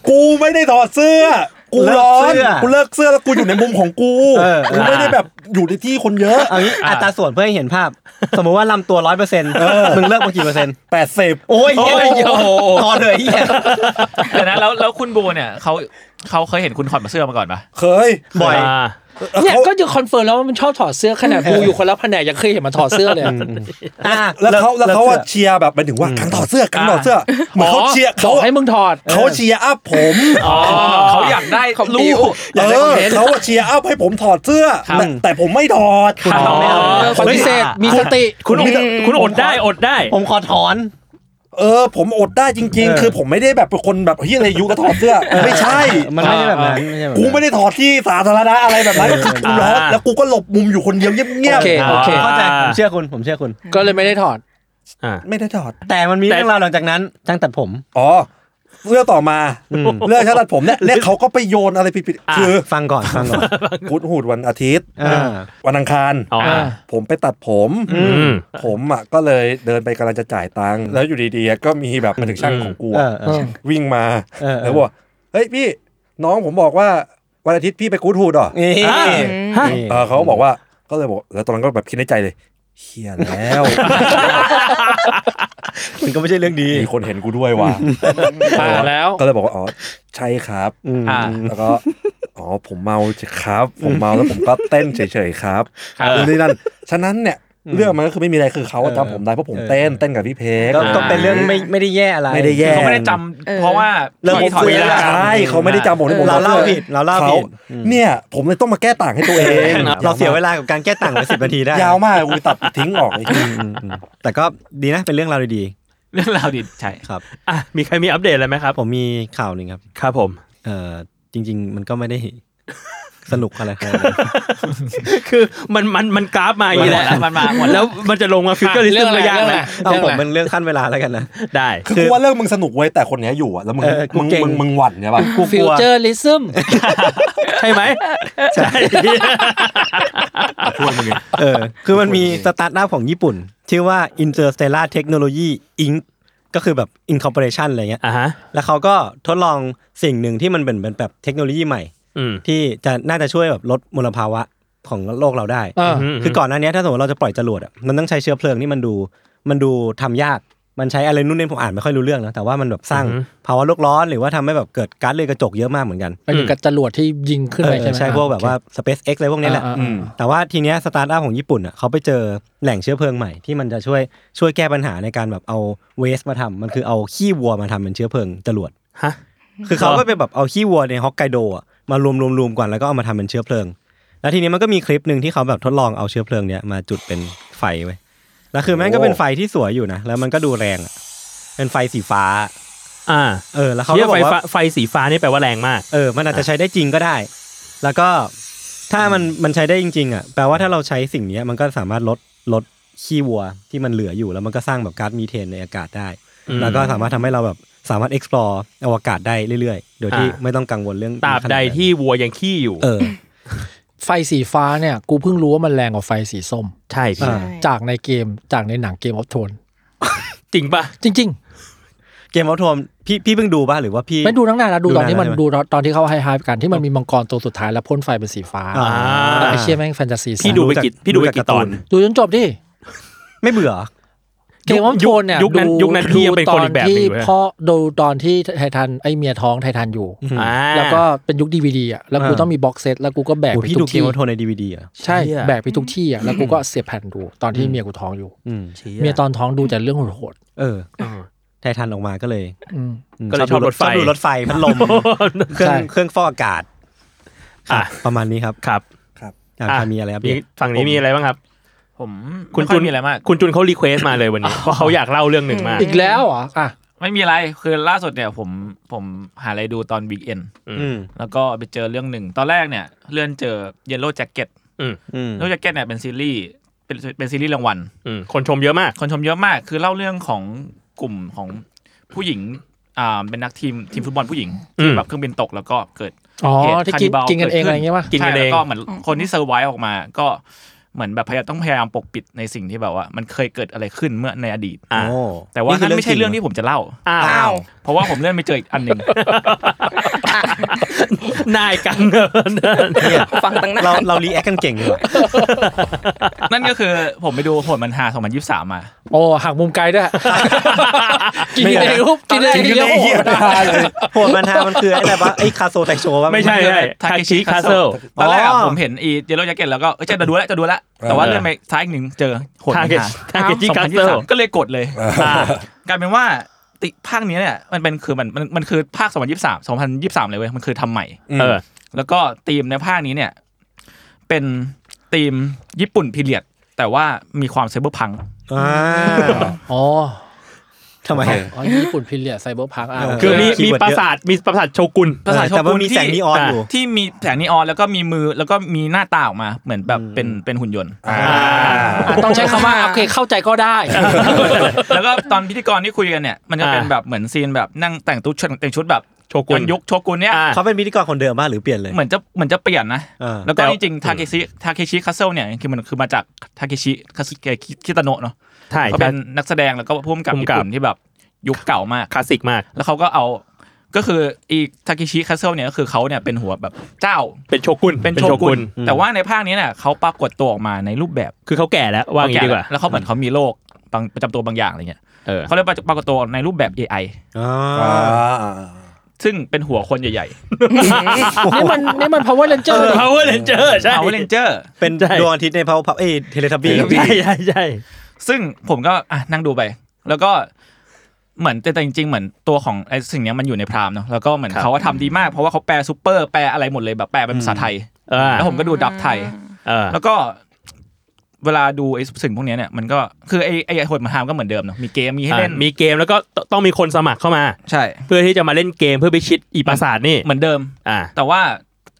[SPEAKER 5] กูไม่ได้ถอดเสื้อ กูร้อน
[SPEAKER 2] เลิกเสื้อ
[SPEAKER 5] กูเลิกเสื้อแล้วกูอยู่ในมุมของกู
[SPEAKER 2] เออ
[SPEAKER 5] กูไม่ได้แบบอยู่ในที่คนเยอะ
[SPEAKER 2] เอางี้อัตราส่วนเพื่อให้เห็นภาพ สมมติว่าลำตัวร้อยเปอร์เซ็นต์มึงเลิกมากี่เปอร์เซ็นต์
[SPEAKER 5] แปดสิบ
[SPEAKER 2] โอ้ยเหี้ยถอดเลยเหี้ย
[SPEAKER 7] ๆแต่นะแล้วแล้วคุณบูเนี่ยเขาเขาเคยเห็นคุณถอดเสื้อมาก่อนปะ
[SPEAKER 5] เคย
[SPEAKER 2] บ่อย
[SPEAKER 3] า
[SPEAKER 5] แล้ว
[SPEAKER 4] เนี่ย
[SPEAKER 5] เขา
[SPEAKER 4] ก็จะคอนเฟิร์มแล้วว่ามันชอบถอดเสื้อขนาดกูอยู่คนละแผนกยังเคยเห็นมาถอดเสื้อเลย
[SPEAKER 2] อ่ะ
[SPEAKER 5] แล้วเขาแล้วเขา
[SPEAKER 2] ลิ
[SPEAKER 5] ว่าก
[SPEAKER 2] สื้อ
[SPEAKER 5] เชียร์แบบหมายถึงว่ากังถอดเสื้อกังถอดเสื้อเหมือนเขาเชียร์
[SPEAKER 4] บ
[SPEAKER 5] เขา
[SPEAKER 4] อกให้มึงถอด
[SPEAKER 5] เขาเชียร์อัพผม
[SPEAKER 7] เขาอยากได้
[SPEAKER 6] ของ
[SPEAKER 7] ลู
[SPEAKER 6] บิว
[SPEAKER 7] ก
[SPEAKER 5] เออเขาเชียร์อัพให้ผมถอดเสื้อ
[SPEAKER 7] ครับ
[SPEAKER 5] แต่แต่ผมไม่ถอด
[SPEAKER 3] อ๋อ
[SPEAKER 4] ปฏิเสธมีสติ
[SPEAKER 3] คุณอดคุณอดได้อดได้
[SPEAKER 2] ผมขอถอน
[SPEAKER 5] เออ ผมอดได้จริง
[SPEAKER 2] เออ
[SPEAKER 5] ๆ คือผมไม่ได้แบบเป็นคนแบบเฮียอะไรอยุก็ถอดเสื้อ ไม่ใช่
[SPEAKER 2] มันไม่ใช่แบบนั้นใช่แบบนั้น
[SPEAKER 5] กูไม่ได้ถอดที่สาธารณะอะไรแบบนั้นก็คือกูร้อน
[SPEAKER 3] อ่า
[SPEAKER 5] แล้วกูก็หลบมุมอยู่คนเดียวเงียบ
[SPEAKER 4] โอเคโอเค
[SPEAKER 2] เข้าใจผมเชื่อคุณผมเชื่อคุณ
[SPEAKER 4] ก็เลยไม่ได้ถอด
[SPEAKER 3] อ่า
[SPEAKER 5] ๆไม่ได้ถอด
[SPEAKER 2] แต่มันมีเรื่องราวหลังจากนั้นช่างตัดผม
[SPEAKER 5] อ๋อเรื่องต่อมาเรื่องช่างตัดผมเนี่ยเนี่ยเขาก็ไปโยนอะไรผิดๆคือ
[SPEAKER 2] ฟังก่อนฟังก่อน
[SPEAKER 5] พุธหูดวันอาทิตย์
[SPEAKER 2] อ่า
[SPEAKER 5] วันอังคาร
[SPEAKER 3] อ๋อ
[SPEAKER 5] ผมไปตัดผม
[SPEAKER 3] อืม
[SPEAKER 5] ผมอ่ะก็เลยเดินไปกำลังจะจ่ายตังค์แล้วอยู่ดีๆอ่ะก็มีแบบมาถึงช่างของกู
[SPEAKER 2] เอ
[SPEAKER 5] อ่ะ
[SPEAKER 2] อเออ
[SPEAKER 5] วิ่งมา
[SPEAKER 2] เออ
[SPEAKER 5] แล้วบอกว่าเฮ้ยพี่น้องผมบอกว่าวันอาทิตย์พี่ไปกู๊ดฮูดเหรอ
[SPEAKER 2] นี่นี่
[SPEAKER 5] เออเขาบอกว่าก็เลยบอกแล้วตอนนั้นก็แบบคิดในใจเลยเฮียแล้ว
[SPEAKER 2] มันก็ไม่ใช่เรื่องดี
[SPEAKER 5] มีคนเห็นกูด้วยว่ะ
[SPEAKER 4] มาแล้ว
[SPEAKER 5] ก็เลยบอกว่าอ๋อใช่ครับ
[SPEAKER 7] อ่า
[SPEAKER 5] แล้วก็อ๋อผมเมาสิครับ ผมเมาแล้วผมก็เต้นเฉยๆครับ
[SPEAKER 7] ครับ
[SPEAKER 5] นู่นนี่นั่นฉะนั้นเนี่ยเรื่องมันก็คือไม่มีอะไรคือเขาอะ
[SPEAKER 2] เออ
[SPEAKER 5] จำผมได้เพราะผมเต้นเต้นกับพี่เพก
[SPEAKER 2] ก็ก็เป็นเรื่องไม่ไม่ได้แย่อะไร
[SPEAKER 5] ไม่ได้แย่
[SPEAKER 7] เขาไม่ได้จำ
[SPEAKER 6] เออ
[SPEAKER 7] เพราะว่า
[SPEAKER 2] เริ่ม
[SPEAKER 7] พี่ถอด
[SPEAKER 5] คุย
[SPEAKER 7] เสื้อ
[SPEAKER 5] แล้วใช่เขาไม่ได้จำผมที่ผม
[SPEAKER 2] เราเล่า
[SPEAKER 5] อ
[SPEAKER 2] ผิดเราเล่า
[SPEAKER 5] เขา
[SPEAKER 2] ผิด
[SPEAKER 5] เนี่ย ผมเลยต้องมาแก้ต่างให้ตัวเอง
[SPEAKER 2] เราเสียเวลากับการแก้ต่างไปสิบนาทีได้
[SPEAKER 5] ยาวมากกูตัดทิ้งออกไอ้ที
[SPEAKER 2] แต่ก็ดีนะเป็นเรื่องราวดี
[SPEAKER 7] เรื่องราวดิใช่
[SPEAKER 2] ๆครับ
[SPEAKER 3] อ่ะ มีใครมีอัปเดตอะไรไหมครับ
[SPEAKER 2] ผมมีข่าวหนึ่งครับ
[SPEAKER 3] ครับผม
[SPEAKER 2] เอ่อจริง ๆ มันก็ไม่ได้ [laughs] สนุกอะไรขนาดนั้น
[SPEAKER 3] คือมันมันมันกราฟมาอย่างนี้แหละ
[SPEAKER 7] มันมาหมดแล้ว
[SPEAKER 3] แล้วมันจะลงมาฟิกเกอร์ลิส
[SPEAKER 4] เรื่
[SPEAKER 3] ต์
[SPEAKER 4] องอะไร
[SPEAKER 3] ระยะ
[SPEAKER 4] เรื่องอะไร
[SPEAKER 3] นะ
[SPEAKER 2] เอาผมเป็นเรื่องขั้นเวลาแล้วกันนะ
[SPEAKER 3] ได้
[SPEAKER 5] คือกูว่าเรื่องมึงสนุกไว้ยแต่คนเนี้ยอยู่อะแล้วมึง
[SPEAKER 2] เออกู
[SPEAKER 5] มึง
[SPEAKER 2] เก่ง
[SPEAKER 5] มึงมึงหวั่นใช่ป่ะ
[SPEAKER 2] กูก
[SPEAKER 4] ฟิ
[SPEAKER 2] ลั
[SPEAKER 4] ว
[SPEAKER 2] ว
[SPEAKER 4] เจอริซึม
[SPEAKER 3] ใช่ไหมใช่
[SPEAKER 7] พูดมึงไง
[SPEAKER 2] เออคือมันมีสตาร์ทอัพของญี่ปุ่น ชื่อว่า Interstellar Technology Inc ก็คือแบบ incorporation อะไรเงี้ย
[SPEAKER 3] อ่ะฮะ
[SPEAKER 2] แล้วเขาก็ทดลองสิ่งหนึ่งที่มันเป็นเป็นแบบเทคโนโลยีใหม่
[SPEAKER 3] อืม
[SPEAKER 2] ที่จะน่าจะช่วยแบบลดมลภาวะของโลกเราได้
[SPEAKER 4] อ่า
[SPEAKER 3] ม
[SPEAKER 2] คือก่อนหน้านี้ถ้าสมมติเราจะปล่อยจรวดอะมันต้องใช้เชื้อเพลิงนี่มันดูมันดูทำยากมันใช้อะไรนู่นนี่ผมอ่านไม่ค่อยรู้เรื่องนะแต่ว่ามันแบบสร้าง
[SPEAKER 3] อือฮึ
[SPEAKER 2] ภาวะโลกร้อนหรือว่าทำให้แบบเกิดก๊าซเรือนกระจกเยอะมากเหมือนกัน
[SPEAKER 4] ไปถึงกับจรวดที่ยิงขึ้นไป
[SPEAKER 2] เอ
[SPEAKER 4] ใช่
[SPEAKER 2] อ
[SPEAKER 4] ไหม
[SPEAKER 2] พวกแบบว่า SpaceX อะไรพวกนี้แหละ
[SPEAKER 4] อ่า
[SPEAKER 5] อื
[SPEAKER 4] อ่าม
[SPEAKER 2] แต่ว่าทีเนี้ยสตาร์ทอัพของญี่ปุ่นอ่ะเขาไปเจอแหล่งเชื้อเพลิงใหม่ที่มันจะช่วยช่วยแก้ปัญหาในการแบบเอาเวสมาทำมันคือเอาขี้วัวมาทำเป็นเชื้อเพลิงจรวด
[SPEAKER 3] ฮะ
[SPEAKER 2] คือเขาก็ไปแบบเอาขี้วัวในฮอกไกโดอะมารวมรวมรวมกันแล้วก็เอามาทำเป็นเชื้อเพลิง แล้วทีนี้มันก็มีคลิปหนึ่งที่เขาแบบทดลองเอาเชื้อเพลิงเนี้ยมาจุดเป็นไฟไว้ยแล้วคือแม่งก็เป็นไฟที่สวยอยู่นะแล้วมันก็ดูแรงอะเป็นไฟสีฟ้า
[SPEAKER 3] อ่า
[SPEAKER 2] เออแล้วเขา
[SPEAKER 3] เรีย
[SPEAKER 2] ก็
[SPEAKER 3] ก
[SPEAKER 2] บ
[SPEAKER 3] ไฟ
[SPEAKER 2] อกว่า
[SPEAKER 3] ฟ้าไฟสีฟ้านี่แปลว่าแรงมาก
[SPEAKER 2] เออ มันอาจจะใช้ได้จริงก็ได้ แล้วก็ถ้ามันมันใช้ได้จริง ๆ อ่ะ แปลว่าถ้าเราใช้สิ่งเนี้ยมันก็สามารถลดลดขี้วัวที่มันเหลืออยู่ แล้วมันก็สร้างแบบก๊าซมีเทนในอากาศได้
[SPEAKER 3] อืม
[SPEAKER 2] แล้วก็สามารถทำให้เราแบบสามารถ explore อวกาศได้เรื่อยๆ โดยที่
[SPEAKER 3] อ่า
[SPEAKER 2] ไม่ต้องกังวลเรื่อง
[SPEAKER 3] ตรา
[SPEAKER 2] ข
[SPEAKER 3] บ
[SPEAKER 2] นนั้น
[SPEAKER 3] ใดที่วัวยังขี้อยู่
[SPEAKER 2] เออ
[SPEAKER 4] ไฟสีฟ้าเนี่ย กูเพิ่งรู้ว่ามันแรงกว่าไฟสีส้ม
[SPEAKER 3] ใช่พี่
[SPEAKER 2] อ่า
[SPEAKER 4] จากในเกมจากในหนังเกมออฟโทน
[SPEAKER 3] จริงปะ
[SPEAKER 4] จริง
[SPEAKER 2] เกมออฟทอมพี่พี่เพิ่งดูป่ะหรือว่าพี่
[SPEAKER 4] ๆ ไม่ดูตั้งนานแล้วดู
[SPEAKER 2] ดู
[SPEAKER 4] ตอนที่มัน
[SPEAKER 2] นานแล้ว
[SPEAKER 4] ดูตอนที่เขาไฮไฮกันที่มันมีมังกรตัวสุดท้ายแล้วพ่นไฟเป็นสีฟ้า
[SPEAKER 2] อ่า
[SPEAKER 4] ไอเชี่ยแม่งแฟนตาซี
[SPEAKER 3] พี่ดูไปกี่พี่ดูไปกี่ตอน
[SPEAKER 4] ดูจนจบดิ
[SPEAKER 2] ไม่เบื่อ
[SPEAKER 4] เกมว่าโทนเนี่ย
[SPEAKER 3] ยุคนั้น
[SPEAKER 4] ดู
[SPEAKER 3] ยุคนั้นพี่ยังเป็นคนอีกแบบหนึ่ง
[SPEAKER 4] ดูต
[SPEAKER 3] เว้ย
[SPEAKER 4] ที่พ่อดูตอนที่ไททันไอเมียท้องไททันอยู่
[SPEAKER 3] อ่า
[SPEAKER 4] แล้วก็เป็นยุคดีวีดีอ่ะแล้วกู
[SPEAKER 2] อ่า
[SPEAKER 4] ต้องมีบ็อกเซตแล้วกูก็แบก
[SPEAKER 2] โอ้
[SPEAKER 4] ไป
[SPEAKER 2] พี่
[SPEAKER 4] ทุ
[SPEAKER 2] ดู
[SPEAKER 4] ก
[SPEAKER 2] เก
[SPEAKER 4] ที่
[SPEAKER 2] มออฟทอมในดีวีดีอ่ะ
[SPEAKER 4] ใช่
[SPEAKER 3] เชี่ย
[SPEAKER 4] แบกไปทุกที่อ่ะแล้วกูก็เสียบแผ่นดูตอนที่เมียกูท้องอยู่
[SPEAKER 2] อืม
[SPEAKER 4] เมียตอนท้องดูแต่เรื่องโหด
[SPEAKER 2] เออไททันออกมาก็เลย
[SPEAKER 4] ๆอืม
[SPEAKER 2] ม
[SPEAKER 3] ก็เลยชอบรถไฟ
[SPEAKER 2] ชอบดูรถไฟพัดลมเครื่อ
[SPEAKER 4] ใช่
[SPEAKER 2] งเครื่องฟอกอากาศ
[SPEAKER 3] อ่ะ
[SPEAKER 2] ประมาณนี้ครับ
[SPEAKER 3] [laughs] ครับ
[SPEAKER 2] อาจารย์มีอะไรอัปเดต
[SPEAKER 3] ฝั่งนี้มีอะไรบ้างครับ
[SPEAKER 7] ผม
[SPEAKER 3] คุณ
[SPEAKER 7] ไม่อย
[SPEAKER 3] จุน
[SPEAKER 7] มีอะไรมาก
[SPEAKER 3] คุณจุนเขารีเควสมาเลยวัน
[SPEAKER 2] [laughs]
[SPEAKER 3] นี้ เพราะเขาอยากเล่าเรื่องหนึ่งมาก
[SPEAKER 4] อีกแล้วเหรออ่ะ
[SPEAKER 7] ไม่มีอะไรคือล่าสุดเนี่ยผมผมหาอะไรดูตอนวีคเอน
[SPEAKER 3] อื
[SPEAKER 2] อืม
[SPEAKER 3] ม
[SPEAKER 7] แล้วก็ไปเจอเรื่องหนึ่ง ตอนแรกเนี่ย เลื่อนเจอเยลโล่แจ็คเก็ต
[SPEAKER 2] อืม
[SPEAKER 7] เยลโล่แจ็คเก็ตเนี่ยเป็นซีรีส์เป็นเป็นซีรีส์รางวัล
[SPEAKER 3] อืมคนชมเยอะมาก
[SPEAKER 7] คนชมเยอะมาก คือเล่าเรื่องของกลุ่มของผู้หญิงอ่าเป็นนักทีมทีมฟุตบอลผู้หญิง
[SPEAKER 3] อื
[SPEAKER 7] ที่
[SPEAKER 3] ม
[SPEAKER 7] แบบเครื่องบินตกแล้วก็เกิด
[SPEAKER 4] อ๋อ
[SPEAKER 7] เหตุ
[SPEAKER 4] ที่กิน
[SPEAKER 7] Cannibal
[SPEAKER 4] กินกันเองอะไรอย่างเงี้ยป่ะ
[SPEAKER 3] กินกันเอ
[SPEAKER 7] ใช่แล้
[SPEAKER 3] ง
[SPEAKER 7] วก็เหมือนคนที่เซอร์ไวออกมา ก็เหมือนแบบพยายามต้องพยายามปกปิดในสิ่งที่แบบว่า มันเคยเกิดอะไรขึ้นเมื่อในอดีต
[SPEAKER 3] อ่ะ
[SPEAKER 2] โอ้
[SPEAKER 7] แต่ว่านั่น
[SPEAKER 2] คื
[SPEAKER 7] ไม่ใช่เรื่องที่
[SPEAKER 2] จ
[SPEAKER 7] ผมจะเล่า
[SPEAKER 3] อ้า
[SPEAKER 6] อ้าว ว
[SPEAKER 7] เพราะว่าผมเลื่อนไปเจออีกอันหนึ่ง
[SPEAKER 3] [laughs] นายกังเนิน
[SPEAKER 6] ฟังตั้ง
[SPEAKER 2] ริ
[SPEAKER 6] นาง
[SPEAKER 2] เหรอ
[SPEAKER 6] น
[SPEAKER 2] เราเรารีแอคกันเก่งดีกว่า
[SPEAKER 7] [laughs] นั่นก็คือผมไปดูผลมันหา2023 มา
[SPEAKER 4] โอ้หักมุมไกลด้วย กินกันเองปุ๊บกินกันเองเยอะโหดอ่ะ
[SPEAKER 2] โหดมันฮามันคือไอ้อะไรวะไอ้คาโซไตโชวะ
[SPEAKER 3] ไม่ใช่ไม่ใช่ทาเคชิ
[SPEAKER 7] Takeshi
[SPEAKER 3] คาเซิล
[SPEAKER 7] Castle ตอนแรกอะ
[SPEAKER 2] อ๋อ
[SPEAKER 7] ผมเห็นอีเจลโลแจ็คเก็ตแล้วก็เออจะดูแล้วจะดูแล้วแต่ว่าเลื่อนไปท้ายอีกหนึ่งเจอผล
[SPEAKER 3] ทา
[SPEAKER 7] มัน
[SPEAKER 3] เค
[SPEAKER 7] หา
[SPEAKER 3] ชิทาเคชิคาเซิล
[SPEAKER 7] 2023ก็เลยกดเลยกลายเป็นว่าติภาคเนี้ยเนี่ยมันเป็นคือมันมันมันคือภาค 2023 2023 เลยเว้ยมันคือทำใหม่
[SPEAKER 3] เออ
[SPEAKER 7] แล้วก็ธีมในภาคนี้เนี่ย เป็นธีมญี่ปุ่นพีเรียด แต่ว่ามีความไซเบอร์พัง
[SPEAKER 2] อ่า
[SPEAKER 4] อ๋อ
[SPEAKER 2] ทำไมอ่ะ
[SPEAKER 4] อ๋อญี่ปุ่นพิเรียไซเบอร์พังอ่ะ
[SPEAKER 2] เออ
[SPEAKER 3] คือมี
[SPEAKER 2] คี
[SPEAKER 3] มี
[SPEAKER 2] ย์เวิร์ด
[SPEAKER 3] ปรา
[SPEAKER 2] เยอะ
[SPEAKER 3] สาทมีปราสาทโชกุน
[SPEAKER 7] ปราสาท
[SPEAKER 2] เออแต่ว่า
[SPEAKER 7] โชกุน
[SPEAKER 2] มีแสง
[SPEAKER 7] ที่
[SPEAKER 2] นีออนอยู่
[SPEAKER 7] ที่มีแสงนีออนแล้วก็มีมือแล้วก็มีหน้าตาออกมาเหมือนแบบเป็นเป็นหุ่นยนต์
[SPEAKER 5] อ่า
[SPEAKER 4] อ่ะต้องใช้คำว่าโอเคเข้าใจก็ได้
[SPEAKER 7] [laughs] แล้วก็ตอนพิธีกรที่คุยกันเนี่ย มันจะเป็น
[SPEAKER 3] อ่า
[SPEAKER 7] แบบเหมือนซีนแบบนั่งแต่งตุ๊ดชุดแต่งชุดแบบ
[SPEAKER 3] โชกุน
[SPEAKER 7] ย้อยุคโชกุนเนี่ย
[SPEAKER 3] อ่า
[SPEAKER 2] เขาเป็นพิธีกรคนเดิมบ้างหรือเปลี่ยนเลย
[SPEAKER 7] เหมือนจะเหมือนจะเปลี่ยนนะ
[SPEAKER 2] อ่า
[SPEAKER 7] แล้วก็
[SPEAKER 3] แต่
[SPEAKER 7] จริงๆทาเคชิทาเคชิคาเซลเนี่ยคือมันคือมาจากทาเคชิคาสเกะคิตาโนะเนาะ
[SPEAKER 3] ใช่
[SPEAKER 7] เขา
[SPEAKER 3] ใช่
[SPEAKER 7] เป็นนักแสดงแล้วก็พ่วงกับ
[SPEAKER 3] ผู้
[SPEAKER 7] ญี่
[SPEAKER 3] กำกับ
[SPEAKER 7] ปุ่นที่แบบยุคเก่ามาก
[SPEAKER 3] คลาสสิกมาก
[SPEAKER 7] แล้วเขาก็เอาก็คืออีทาเคชิคาเซลเนี่ยก็คือเขาเนี่ยเป็นหัวแบบเจ้า
[SPEAKER 3] เป็นโชกุน
[SPEAKER 7] เป็นโชกุน แต่ว่าในภาคนี้เนี่ยเขาปรากฏตัวออกมาในรูปแบบ
[SPEAKER 3] คือเขาแก่แล้วว่าอย่างนี้ดีกว่า
[SPEAKER 7] แล้วเขาเหมือนเขามีโรคบางประจำตัวบางอย่างอะไรเงี้ย
[SPEAKER 3] เออ
[SPEAKER 7] เขาเลยปรากฏตัวในรูปแบบ AI
[SPEAKER 2] อ๋อ
[SPEAKER 5] อ่า
[SPEAKER 7] ซึ่งเป็นหัวคนใหญ่
[SPEAKER 4] นี่มันนี่มัน power ranger ดิ
[SPEAKER 3] พาวเวอร์เลนเจอร์
[SPEAKER 7] ๆ
[SPEAKER 3] ใช่
[SPEAKER 7] Power Ranger
[SPEAKER 2] เป็น
[SPEAKER 3] ใช่
[SPEAKER 2] ดวงอาทิตย์ในพาวพับเอ้เทเลทับบี้
[SPEAKER 3] ใช่ใช่ใช่
[SPEAKER 7] ซึ่งผมก็อ่ะนั่งดูไป แล้วก็เหมือนแต่แต่จริง ๆ เหมือนตัวของไอ้สิ่งเนี้ยมันอยู่ในพรามเนาะแล้วก็เหมือนเขาก็ทำดีมากเพราะว่าเขาแปลซูเปอร์แปลอะไรหมดเลยแบบแปลเป็นภาษาไทย
[SPEAKER 3] เออ
[SPEAKER 7] แล้วผมก็ดูดับไทย
[SPEAKER 3] เออ
[SPEAKER 7] แล้วก็เวลาดูไอ้สิ่งพวกเนี้ยเนี่ยมันก็คือไอ้ไอ้หดมาทามก็เหมือนเดิมเนาะมีเกมมีให้เล่น
[SPEAKER 3] อ่ะมีเกมแล้วก็ตต้องมีคนสมัครเข้ามา
[SPEAKER 7] ใช่
[SPEAKER 3] เพื่อที่จะมาเล่นเกมเพื่อไปชิดอีปราสาทนี่
[SPEAKER 7] เหมือนเดิม
[SPEAKER 3] อ่า
[SPEAKER 7] แต่ว่า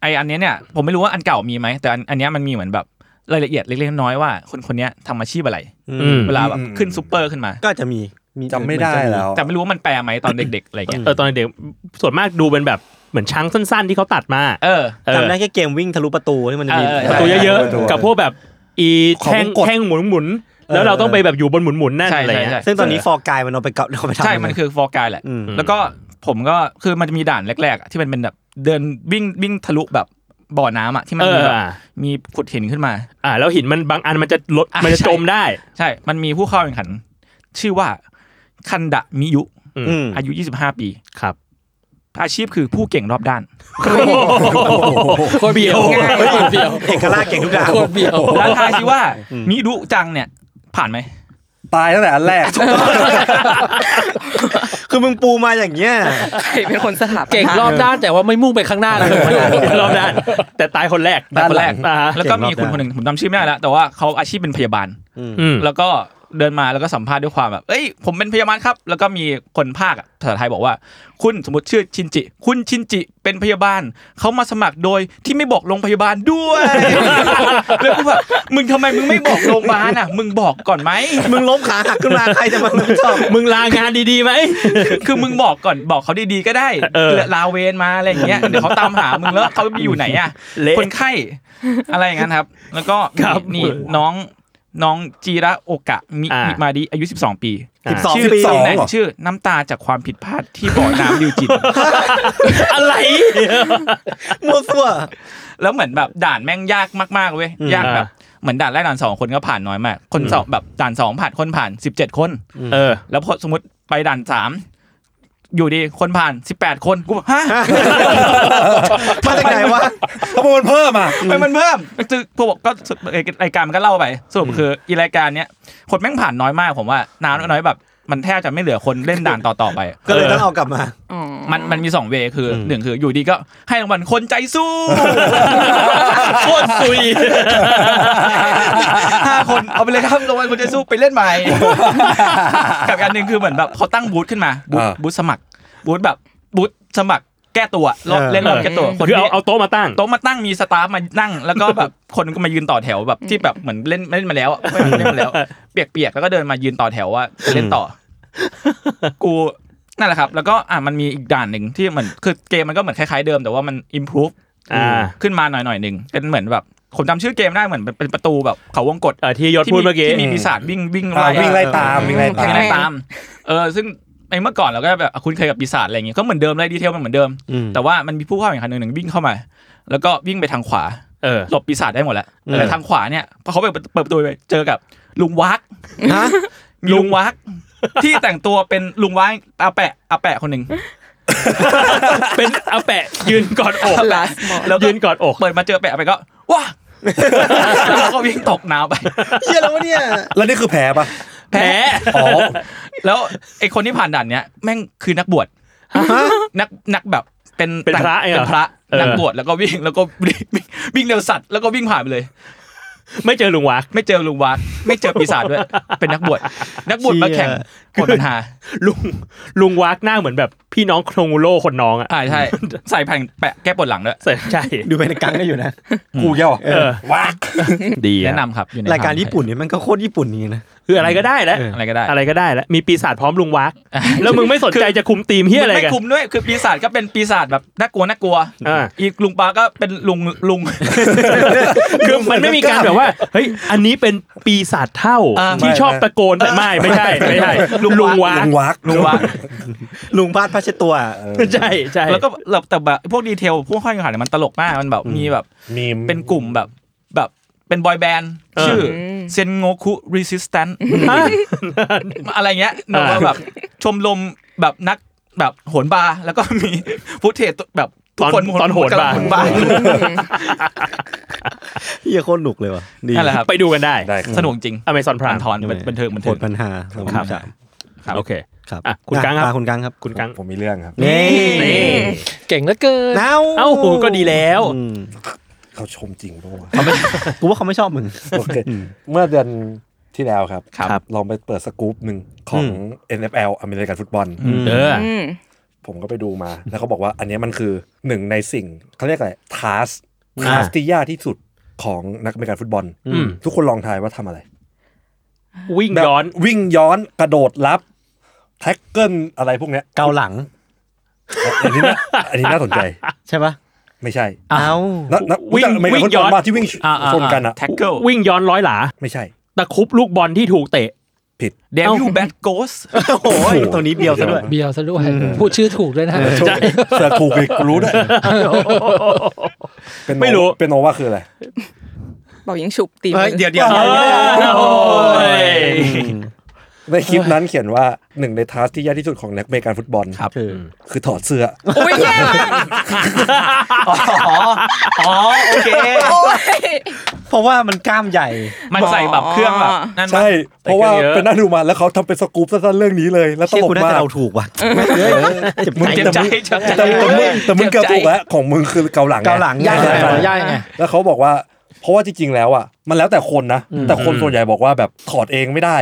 [SPEAKER 7] ไออันเนี้ยเนี่ยผมไม่รู้ว่าอันเก่ามีไหมแต่อันอันเนี้ยมันมีเหมือนแบบรายละเอียดเล็กๆน้อยๆว่าคนคนเนี้ยทำอาชีพอะไร
[SPEAKER 3] อืม
[SPEAKER 7] เวลาแบบ
[SPEAKER 5] อืม
[SPEAKER 7] ขึ้นซูเปอร์ขึ้นมา
[SPEAKER 2] ก็อาจจะมี
[SPEAKER 5] จำไม่ได้
[SPEAKER 2] เหมือนจะมี
[SPEAKER 5] แล้ว
[SPEAKER 7] แต่ไม่รู้ว่ามันแปลไหมตอนเด็กๆอะไรเงี้ย
[SPEAKER 3] เออตอนเด็กส่วนมากดูเป็นแบบเหมือนช้างสั้นๆที่เขาตัดมา
[SPEAKER 7] เออ
[SPEAKER 3] เออ
[SPEAKER 2] จำได้แค่เกมวิ่งทะลุประตูที่มันจะมี
[SPEAKER 7] เออ
[SPEAKER 3] ประตูเยอะ
[SPEAKER 5] ตัว
[SPEAKER 3] ๆ กับพวกแบบอี
[SPEAKER 5] ของ
[SPEAKER 3] แท่ง
[SPEAKER 5] กด
[SPEAKER 3] แท่งหมุนหมุนๆแล้วเราต้องไปแบบอยู่บนหมุนหมุนๆนั่น
[SPEAKER 7] ใช่
[SPEAKER 3] อะไร
[SPEAKER 7] ใช่
[SPEAKER 3] เงี้ย
[SPEAKER 7] ใช่
[SPEAKER 2] ซึ่งตอนนี้ฟอร์กายมันเอาไปเกาเอาไปทำ
[SPEAKER 7] ใช่มันคือฟอร์กายแหละ
[SPEAKER 2] ม
[SPEAKER 3] อืม
[SPEAKER 7] แล้วก็ผมก็คือมันจะมีด่านแรกๆอะที่มันเป็นแบบเดินวิ่งวิ่งทะลุแบบบ่อน้ำอ่ะที่มัน
[SPEAKER 3] เอ
[SPEAKER 7] มี
[SPEAKER 3] อ
[SPEAKER 7] แบบ
[SPEAKER 3] อ่ะ
[SPEAKER 7] มีขุดหินขึ้นมา
[SPEAKER 3] อ่าแล้วหินมันบางอันมันจะลด
[SPEAKER 7] อ่ะ
[SPEAKER 3] มันจะ
[SPEAKER 7] ใช่
[SPEAKER 3] จมได้
[SPEAKER 7] ใช่ มันมีผู้เข้าแข่งขัน ชื่อว่าคันดะมิยุ
[SPEAKER 2] อืม
[SPEAKER 7] อายุ 25 ปี
[SPEAKER 3] ครับ
[SPEAKER 7] อาชีพคือผู้เก่งรอบด้าน
[SPEAKER 4] โคตรเบียวโคตรเบียว
[SPEAKER 2] เอกลาชเก่งทุกอย่าง
[SPEAKER 4] โคตรเบียว
[SPEAKER 7] แล้วทายสิว่ามิดุจังเนี่ย ผ่านไหม
[SPEAKER 5] ตายตั้งแต่อันแรก
[SPEAKER 2] คือมึงปูมาอย่างเงี้ย
[SPEAKER 6] ใครเป็นคนสถาปนา
[SPEAKER 4] เก่งรอบด้านแต่ว่าไม่มุ่งไปข้างหน้าเลย
[SPEAKER 3] รอบด้านแต่ตายคนแรก
[SPEAKER 7] ตายคนแรก
[SPEAKER 3] อ่าฮะ
[SPEAKER 7] แล้วก็
[SPEAKER 2] เก่งรอบ
[SPEAKER 7] มีคุณ
[SPEAKER 2] ด้าน
[SPEAKER 7] คนหนึ่งผมจำชื่อไม่ได้แล้ว แต่ว่าเขาอาชีพเป็นพยาบาล
[SPEAKER 3] อืม
[SPEAKER 7] แล้วก็เดินมาแล้วก็สัมภาษณ์ด้วยความแบบ เอ้ย ผมเป็นพยาบาลครับ แล้วก็มีคนภาคอะภาษาไทยบอกว่า คุณสมมติชื่อชินจิ คุณชินจิเป็นพยาบาล เขามาสมัครโดยที่ไม่บอกโรงพยาบาลด้วย [laughs] แล้วกูแบบ มึงทำไมมึงไม่บอกโรงพยาบาลอ่ะ มึงบอกก่อนไหม
[SPEAKER 2] มึงล้มขาหักขึ้นมาใครจะมารับผิดชอบ
[SPEAKER 3] มึงลางานดีๆไหม
[SPEAKER 7] คือมึงบอกก่อนบอกเขาดีๆก็ได้
[SPEAKER 3] เออ
[SPEAKER 7] ลาเวนมาอะไรอย่างเงี้ยเดี๋ยวเขาตามหามึงแล้วเขาไปอยู่ไหนอ่ะ
[SPEAKER 3] เละ
[SPEAKER 7] คนไข้อะไรอย่างนั้นครับ แล้วก็นี่น้องน้องจีระโอกะมิ
[SPEAKER 3] อ่ามิ
[SPEAKER 7] มาดิอายุ 12 ปี
[SPEAKER 2] สิบสอง
[SPEAKER 7] ชื่อ
[SPEAKER 2] ปี
[SPEAKER 5] สอง
[SPEAKER 7] ตำแหน่งชื่อน้ำตาจากความผิดพลาดที่บ่อน้ำดิวจิต
[SPEAKER 3] อะไร
[SPEAKER 2] มั่วซั่ว
[SPEAKER 7] แล้วเหมือนแบบด่านแม่งยากมากๆเว้ยยากแบบเหมือนด่านแรกด่านสองคนก็ผ่านน้อยมาก คนสองแบบด่านสองผ่านคนผ่าน 17 คน
[SPEAKER 3] เออ
[SPEAKER 7] แล้วพอสมมติไปด่านสามอยู่ดีคนผ่าน 18 คนกูแบบฮะ
[SPEAKER 2] [laughs] มาจากไหนวะ
[SPEAKER 5] ขโมยเพิ่มอ่ะ
[SPEAKER 7] ไปมันเพิ่มคือพวกก็สุดรายการมันก็เล่าไปสรุปคืออีรายการเนี้ยคนแม่งผ่านน้อยมากผมว่าน้ำน้อยแบบ มันแทบจะไม่เหลือคนเล่นด่านต่อๆไป
[SPEAKER 2] ก็เลยต้องเอากลับมา
[SPEAKER 6] อ๋อ
[SPEAKER 7] มันมันมีสองเวคือหนึ่งคืออยู่ดีก็ให้รางวัลคนใจสู้
[SPEAKER 3] โคตรซุย
[SPEAKER 7] ห้าคนเอาไปเลยครับรางวัลคนใจสู้ไปเล่นใหม่ กับอันหนึ่งคือเหมือนแบบเขาตั้งบูธขึ้นมาบูธ
[SPEAKER 5] อ่า
[SPEAKER 7] บูธสมัครบูธแบบบูธสมัครแก้ตัวรอบ
[SPEAKER 2] เออ
[SPEAKER 7] เล่นรอบแก้ตัวคน
[SPEAKER 3] คือเอา
[SPEAKER 7] ที่
[SPEAKER 3] เอาโต๊ะมาตั้ง
[SPEAKER 7] โต๊ะมาตั้งมีสตาฟมานั่ง แล้วก็แบบ คนก็มายืนต่อแถวแบบที่แบบเหมือนเล่นเล่นมาแล้วอะไม่เล่นมาแล้ว เปียกๆแล้วก็เดินมายืนต่อแถวว่าจะเล่นต่อ กูนั่นแหละครับ แล้วก็อ่ะมันมีอีกด่านหนึ่งที่เหมือนคือเกมมันก็เหมือนคล้ายๆเดิมแต่ว่ามัน improve
[SPEAKER 3] อ่า
[SPEAKER 7] ขึ้นมาหน่อยหน่อยๆหนึ่งเป็นเหมือนแบบผมจำชื่อเกมได้เหมือนเป็นเป็นประตูแบบเขาวงกต
[SPEAKER 3] เออที่ยศพูดเมื่อกี้
[SPEAKER 7] ที่มีปีศาจวิ่งวิ่ง
[SPEAKER 5] อ่าวิ่งไล่ตามวิ่งไล่ตา
[SPEAKER 7] วิ่
[SPEAKER 5] ม
[SPEAKER 7] งไล่ตาม เออซึ่งไอ้เมื่อก่อนเราก็แบบอ่ะคุ้นเคยกับปีศาจอะไรอย่างเงี้ยก็เหมือนเดิมเลยดีเทลมันเหมือนเดิม
[SPEAKER 2] อืม
[SPEAKER 7] แต่ว่ามันมีผู้เข้าแข่งขันหนึ่งหนึ่งวิ่งเข้ามา แล้วก็วิ่งไปทางขวา
[SPEAKER 3] เออ
[SPEAKER 7] หลบปีศาจได้หมดแล้ว
[SPEAKER 2] อืม
[SPEAKER 7] แต่ทางขวาเนี่ยพอเขาไปเปิดเปิดประตูไปเจอกับลุงวัก
[SPEAKER 2] ฮะ
[SPEAKER 7] มีลุงวั
[SPEAKER 3] [laughs]
[SPEAKER 7] ก ที่แต่งตัวเป็นลุงวักอาแปะอาแปะคนหนึ่ง
[SPEAKER 3] [laughs] เป็นเอาแปะยืนกอดอก
[SPEAKER 6] พลัสหมอ
[SPEAKER 7] แล้วก็
[SPEAKER 3] ยืนกอดอก
[SPEAKER 7] เปิดมาเจอแปะไปก็ว้า [laughs] แล้วก็วิ่งตกน้ำไป
[SPEAKER 2] เยี่ยแล้ววะเนี่ย
[SPEAKER 5] แล้วนี่คือแผลปะ
[SPEAKER 7] แพ้อ๋อแล้วไอคนที่ผ่านด่านเนี้ยแม่งคือนักบวชนักนักแบบเป็น
[SPEAKER 3] เป็นพระ
[SPEAKER 7] แต่ง
[SPEAKER 3] เหรอ
[SPEAKER 7] เป็นพระ
[SPEAKER 3] เออ
[SPEAKER 7] นักบวชแล้วก็วิ่งแล้วก็วิ่งวิ่งวิ่งเร็วสัตว์แล้วก็วิ่งผ่านไปเลย
[SPEAKER 3] ไม่เจอลุงวัก
[SPEAKER 7] ไม่เจอลุงวัดไม่เจอปีศาจด้วย เป็นนักบวชนักบวชมาแข่ง
[SPEAKER 2] เชี่ย
[SPEAKER 7] กดปัญหา
[SPEAKER 3] ลุงลุงวักหน้าเหมือนแบบพี่น้องโครงโลคนน้องอ่ะ
[SPEAKER 7] อ่าใช่ ใส่แผ่นแปะแก้ปวดหลังด้วย
[SPEAKER 3] ใช่ใช่
[SPEAKER 2] ดูเป็นกังก็อยู่นะ
[SPEAKER 5] กูเย่ยว
[SPEAKER 3] เออ
[SPEAKER 5] วัก
[SPEAKER 3] ดี
[SPEAKER 7] แนะนำครับอยู่ใน
[SPEAKER 2] รายการญี่ปุ่นเนี่ยมันก็โคตรญี่ปุ่นนี่นะ
[SPEAKER 3] คืออะไรก็ได้แล้ว
[SPEAKER 7] อะไรก็ได้
[SPEAKER 3] อะไรก็ได้แล้ว มีปีศาจพร้อมลุงวัก แล้วมึงไม่สนใจจะคุมทีมเฮียอะไร
[SPEAKER 7] ไม่
[SPEAKER 3] กัน
[SPEAKER 7] คุมด้วยคือปีศาจก็เป็นปีศาจแบบน่ากลัวน่ากลัว
[SPEAKER 3] อ่า
[SPEAKER 7] อีกลุงปลาก็เป็นลุงลุง [laughs]
[SPEAKER 3] คือมันไม่มีการแบบว่า เฮ้ย อันนี้เป็นปีศาจเท่า
[SPEAKER 7] อ่า
[SPEAKER 3] ที่ชอบตะโกนแต่ไม่ไม่ใช่ไม่ใช่ลุงวัก
[SPEAKER 5] ลุงวัก
[SPEAKER 7] ลุงวัด
[SPEAKER 2] ลุงพาดผ้าเช็ดตัว
[SPEAKER 3] ใช่ใช่
[SPEAKER 7] แล้วก็แบบแต่แบบพวกดีเทลพวกข้อแข่งขันเนยมันตลกมากมันแบบมีแบบ
[SPEAKER 5] มีม
[SPEAKER 7] เป็นกลุ่มแบบแบบเป็นบอยแบนด์ชื่อเซนโงคุรีสิสแตน
[SPEAKER 3] ฮะ
[SPEAKER 7] อะไรเงี้ยหนูว่า
[SPEAKER 3] อ่า
[SPEAKER 7] แบบชมรมแบบนักแบบโหนบาร์แล้วก็มีฟุตเทจแบบทุกคน
[SPEAKER 3] ตอนตอนโหนบาร์
[SPEAKER 7] กำลังโหนบาร์
[SPEAKER 2] เยี่ยโคตรหนุกเลยวะดี
[SPEAKER 7] นั่นแหละครับ
[SPEAKER 3] ไปดูกันได้
[SPEAKER 5] ได้
[SPEAKER 7] สนุกจริง
[SPEAKER 3] Amazon Prime
[SPEAKER 7] บันทอนบันบันเทิงบัน
[SPEAKER 2] โห
[SPEAKER 7] เทิง
[SPEAKER 2] ดปัญหา
[SPEAKER 3] ครับ
[SPEAKER 2] สาม
[SPEAKER 3] โอเค
[SPEAKER 2] ครับ
[SPEAKER 3] อ่ะคุณกังครับ
[SPEAKER 2] อ่ะคุณกังครับ
[SPEAKER 3] คุณกัง
[SPEAKER 5] ผมมีเรื่องครับ
[SPEAKER 2] นี่
[SPEAKER 3] นี่
[SPEAKER 4] เก่งเหลือเกิน
[SPEAKER 2] เอ้า
[SPEAKER 3] เอ้าโหก็ดีแล้ว
[SPEAKER 2] อืม
[SPEAKER 5] เขาชมจริงปะวะ
[SPEAKER 2] กูว่าเขาไม่ชอบมึง
[SPEAKER 5] โอเคเมื่อเดือนที่แล้วครับ
[SPEAKER 3] ครับ
[SPEAKER 5] ลองไปเปิดสกู๊ปหนึ่งของ NFL อเมริกันฟุตบอล
[SPEAKER 3] เออ
[SPEAKER 6] อืม
[SPEAKER 5] ผมก็ไปดูมา แล้วเขาบอกว่าอันเนี้ยมันคือหนึ่งในสิ่งเขาเรียกอะไรทาสทาสที่ยากที่สุดของนักอเมริกันฟุตบอล
[SPEAKER 3] อืม
[SPEAKER 5] ทุกคนลองทายว่าทำอะไร
[SPEAKER 3] วิ่งย้อน
[SPEAKER 5] แบบวิ่งย้อนกระโดดรับ แท็กเกิลอะไรพวกเนี้ย
[SPEAKER 2] เกาหลัง
[SPEAKER 5] อันนี้น่าอันนี้น่าสนใจ
[SPEAKER 2] ใช่ปะ
[SPEAKER 5] ไม่ใช่
[SPEAKER 3] อ้าว
[SPEAKER 5] นักนัก
[SPEAKER 3] วิ่ง
[SPEAKER 5] ไม่
[SPEAKER 3] วิ่ง
[SPEAKER 5] ใช่คน
[SPEAKER 3] ย้อน
[SPEAKER 5] มาที่วิ่งชนกันอะ
[SPEAKER 7] แท็กเกิล
[SPEAKER 3] วิ่งย้อนร้อยหลา
[SPEAKER 5] ไม่ใช่
[SPEAKER 3] ตะครุบลูกบอลที่ถูกเตะ
[SPEAKER 7] เดวิลแบทโกส
[SPEAKER 2] โอ้โหตัวนี้เดียวซะด้วย
[SPEAKER 4] เบียร์ซะด้วยพูดชื่อถูกด้วยนะ
[SPEAKER 5] เสือถูกอีกรู้ด้วยเป็นโน
[SPEAKER 3] ไม่รู้
[SPEAKER 5] เป็นโนว่าคืออะไร
[SPEAKER 6] เป่ายิงฉุบตี
[SPEAKER 5] เฮ้ย
[SPEAKER 6] มือ
[SPEAKER 5] เดี๋ยวเดี๋ยวเดี๋ยวเดี๋ยว
[SPEAKER 3] โอ้ย
[SPEAKER 5] ในคลิปนั้นเขียนว่าหนึ่งในทัสที่ยากที่สุดของนักเมการฟุตบอลครับ คือถอดเสื้อ
[SPEAKER 6] โอ้ยแย่
[SPEAKER 7] [laughs] อ๋อโอเค
[SPEAKER 6] โอ้ย
[SPEAKER 2] เพราะว่ามันกล้ามใหญ่
[SPEAKER 7] มันใส่แบบเครื่องแบบนั่นปะ
[SPEAKER 5] ใช่ เพราะว่า
[SPEAKER 7] ใส่เครื่องเยอะ
[SPEAKER 5] เป็นน่าดูมาแล้วเขาทำเป็นสกู๊ปสั้นๆเรื่องนี้เลย แล้วต
[SPEAKER 2] เชื่อ
[SPEAKER 5] ลก
[SPEAKER 2] กูน่าม
[SPEAKER 5] าก
[SPEAKER 2] จะเราถูกว่ะเจ็บ
[SPEAKER 5] มึง
[SPEAKER 2] ใจ
[SPEAKER 7] เจ็บใจเจ็บใจ
[SPEAKER 5] แต่มึงแต่มึงเกาถูกแล้วของมึงคือเกาหลังไ
[SPEAKER 2] เกาหลัง
[SPEAKER 5] ย่าง
[SPEAKER 2] ไง
[SPEAKER 5] ไง
[SPEAKER 4] ย่ายไง
[SPEAKER 5] แล้วเขาบอกว่าเพราะว่าจริงๆแล้วอ่ะมันแล้วแต่คนนะ แต่คนส่วนใหญ่บอกว่าแบบถอดเองไม่ได้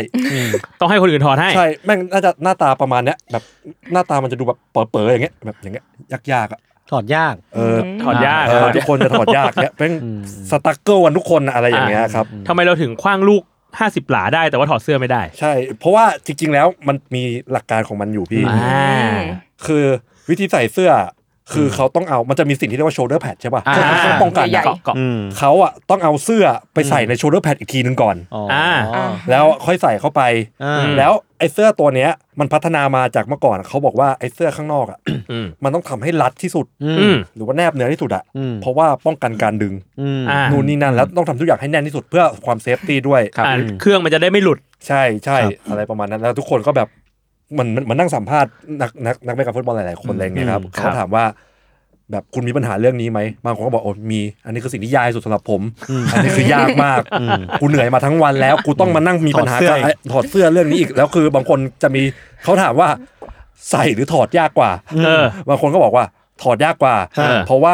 [SPEAKER 3] ต้องให้คนอื่นถอดให้
[SPEAKER 5] ใช่แม่งน่าจะหน้าตาประมาณเนี้ยแบบหน้าตามันจะดูแบบเป๋อๆอย่างเงี้ยแบบอย่างเงี้ยยากๆอ่ะ
[SPEAKER 2] ถอดยาก
[SPEAKER 5] เออ
[SPEAKER 3] ถอดยาก
[SPEAKER 5] เอ
[SPEAKER 3] ถ
[SPEAKER 5] อ
[SPEAKER 3] อด
[SPEAKER 5] ทุ
[SPEAKER 3] ยาก
[SPEAKER 5] กคนจะถอดยากเนี้ยแม่งสตั๊กเกิลวันทุกคนอะไรอย่างเงี้ยครับ
[SPEAKER 3] ทำไมเราถึงคว้างลูก 50 หลาได้แต่ว่าถอดเสื้อไม่ได้
[SPEAKER 5] ใช่ เพราะว่าจริงๆแล้วมันมีหลักการของมันอยู่พี่
[SPEAKER 3] อ่า
[SPEAKER 5] คือวิธีใส่เสื้อคือเขาต้องเอามันจะมีสิ่งที่เรียกว่าโชเดอร์แพดใช่ป่ะ
[SPEAKER 3] อ่า
[SPEAKER 5] เครื่องป้องกัน
[SPEAKER 6] ใหญ่
[SPEAKER 5] อะ
[SPEAKER 7] เกาะเกาะ
[SPEAKER 2] อืม
[SPEAKER 5] เขาอ่ะต้องเอาเสื้อไปใส่ในโชเดอร์แพดอีกทีนึงก่อน
[SPEAKER 2] อ๋อ
[SPEAKER 3] อ่า
[SPEAKER 2] อ่า
[SPEAKER 5] แล้วค่อยใส่เข้าไป แล้วไอ้เสื้อตัวเนี้ยมันพัฒนามาจากเมื่อก่อนเขาบอกว่าไอ้เสื้อข้างนอกอ่ะ
[SPEAKER 3] อืม
[SPEAKER 5] มันต้องทำให้รัดที่สุด
[SPEAKER 3] อืม
[SPEAKER 5] หรือว่าแนบเนื้อที่สุดอ่ะ
[SPEAKER 2] อืม
[SPEAKER 5] เพราะว่าป้องกันการดึง
[SPEAKER 2] อืม
[SPEAKER 3] อ่า
[SPEAKER 5] นู่นนี่นั่นแล้วต้องทำทุกอย่างให้แน่นที่สุดเพื่อความเซฟตี้ด้วย
[SPEAKER 3] อ่าเครื่องมันจะได้ไม่หลุด
[SPEAKER 5] ใช่ใช่อะไรประมาณนั้นแล้วทุกคนก็แบบมันมันมันนั่งสัมภาษณ์นักนักนักเมกับฟุตบอลหลายๆคนอะไรอย่างเงี้ยครับ
[SPEAKER 3] อืมครับ
[SPEAKER 5] เขาถามว่า แบบคุณมีปัญหาเรื่องนี้ไหมบางคนก็บอกโอ้มี อันนี้คือสิ่งที่ยายสุดสำหรับผม อันนี้คือยากมากกูเหนื่อยมาทั้งวันแล้วกูต้องมานั่งมีปัญหากับไอ้ถอดเสื้อเรื่องนี้อีกแล้วคือบางคนจะมีเขาถามว่าใส่หรือถอดยากกว่า
[SPEAKER 3] เออ
[SPEAKER 5] บางคนก็บอกว่าถอดยากกว่า
[SPEAKER 3] ฮะ
[SPEAKER 5] เพราะว่า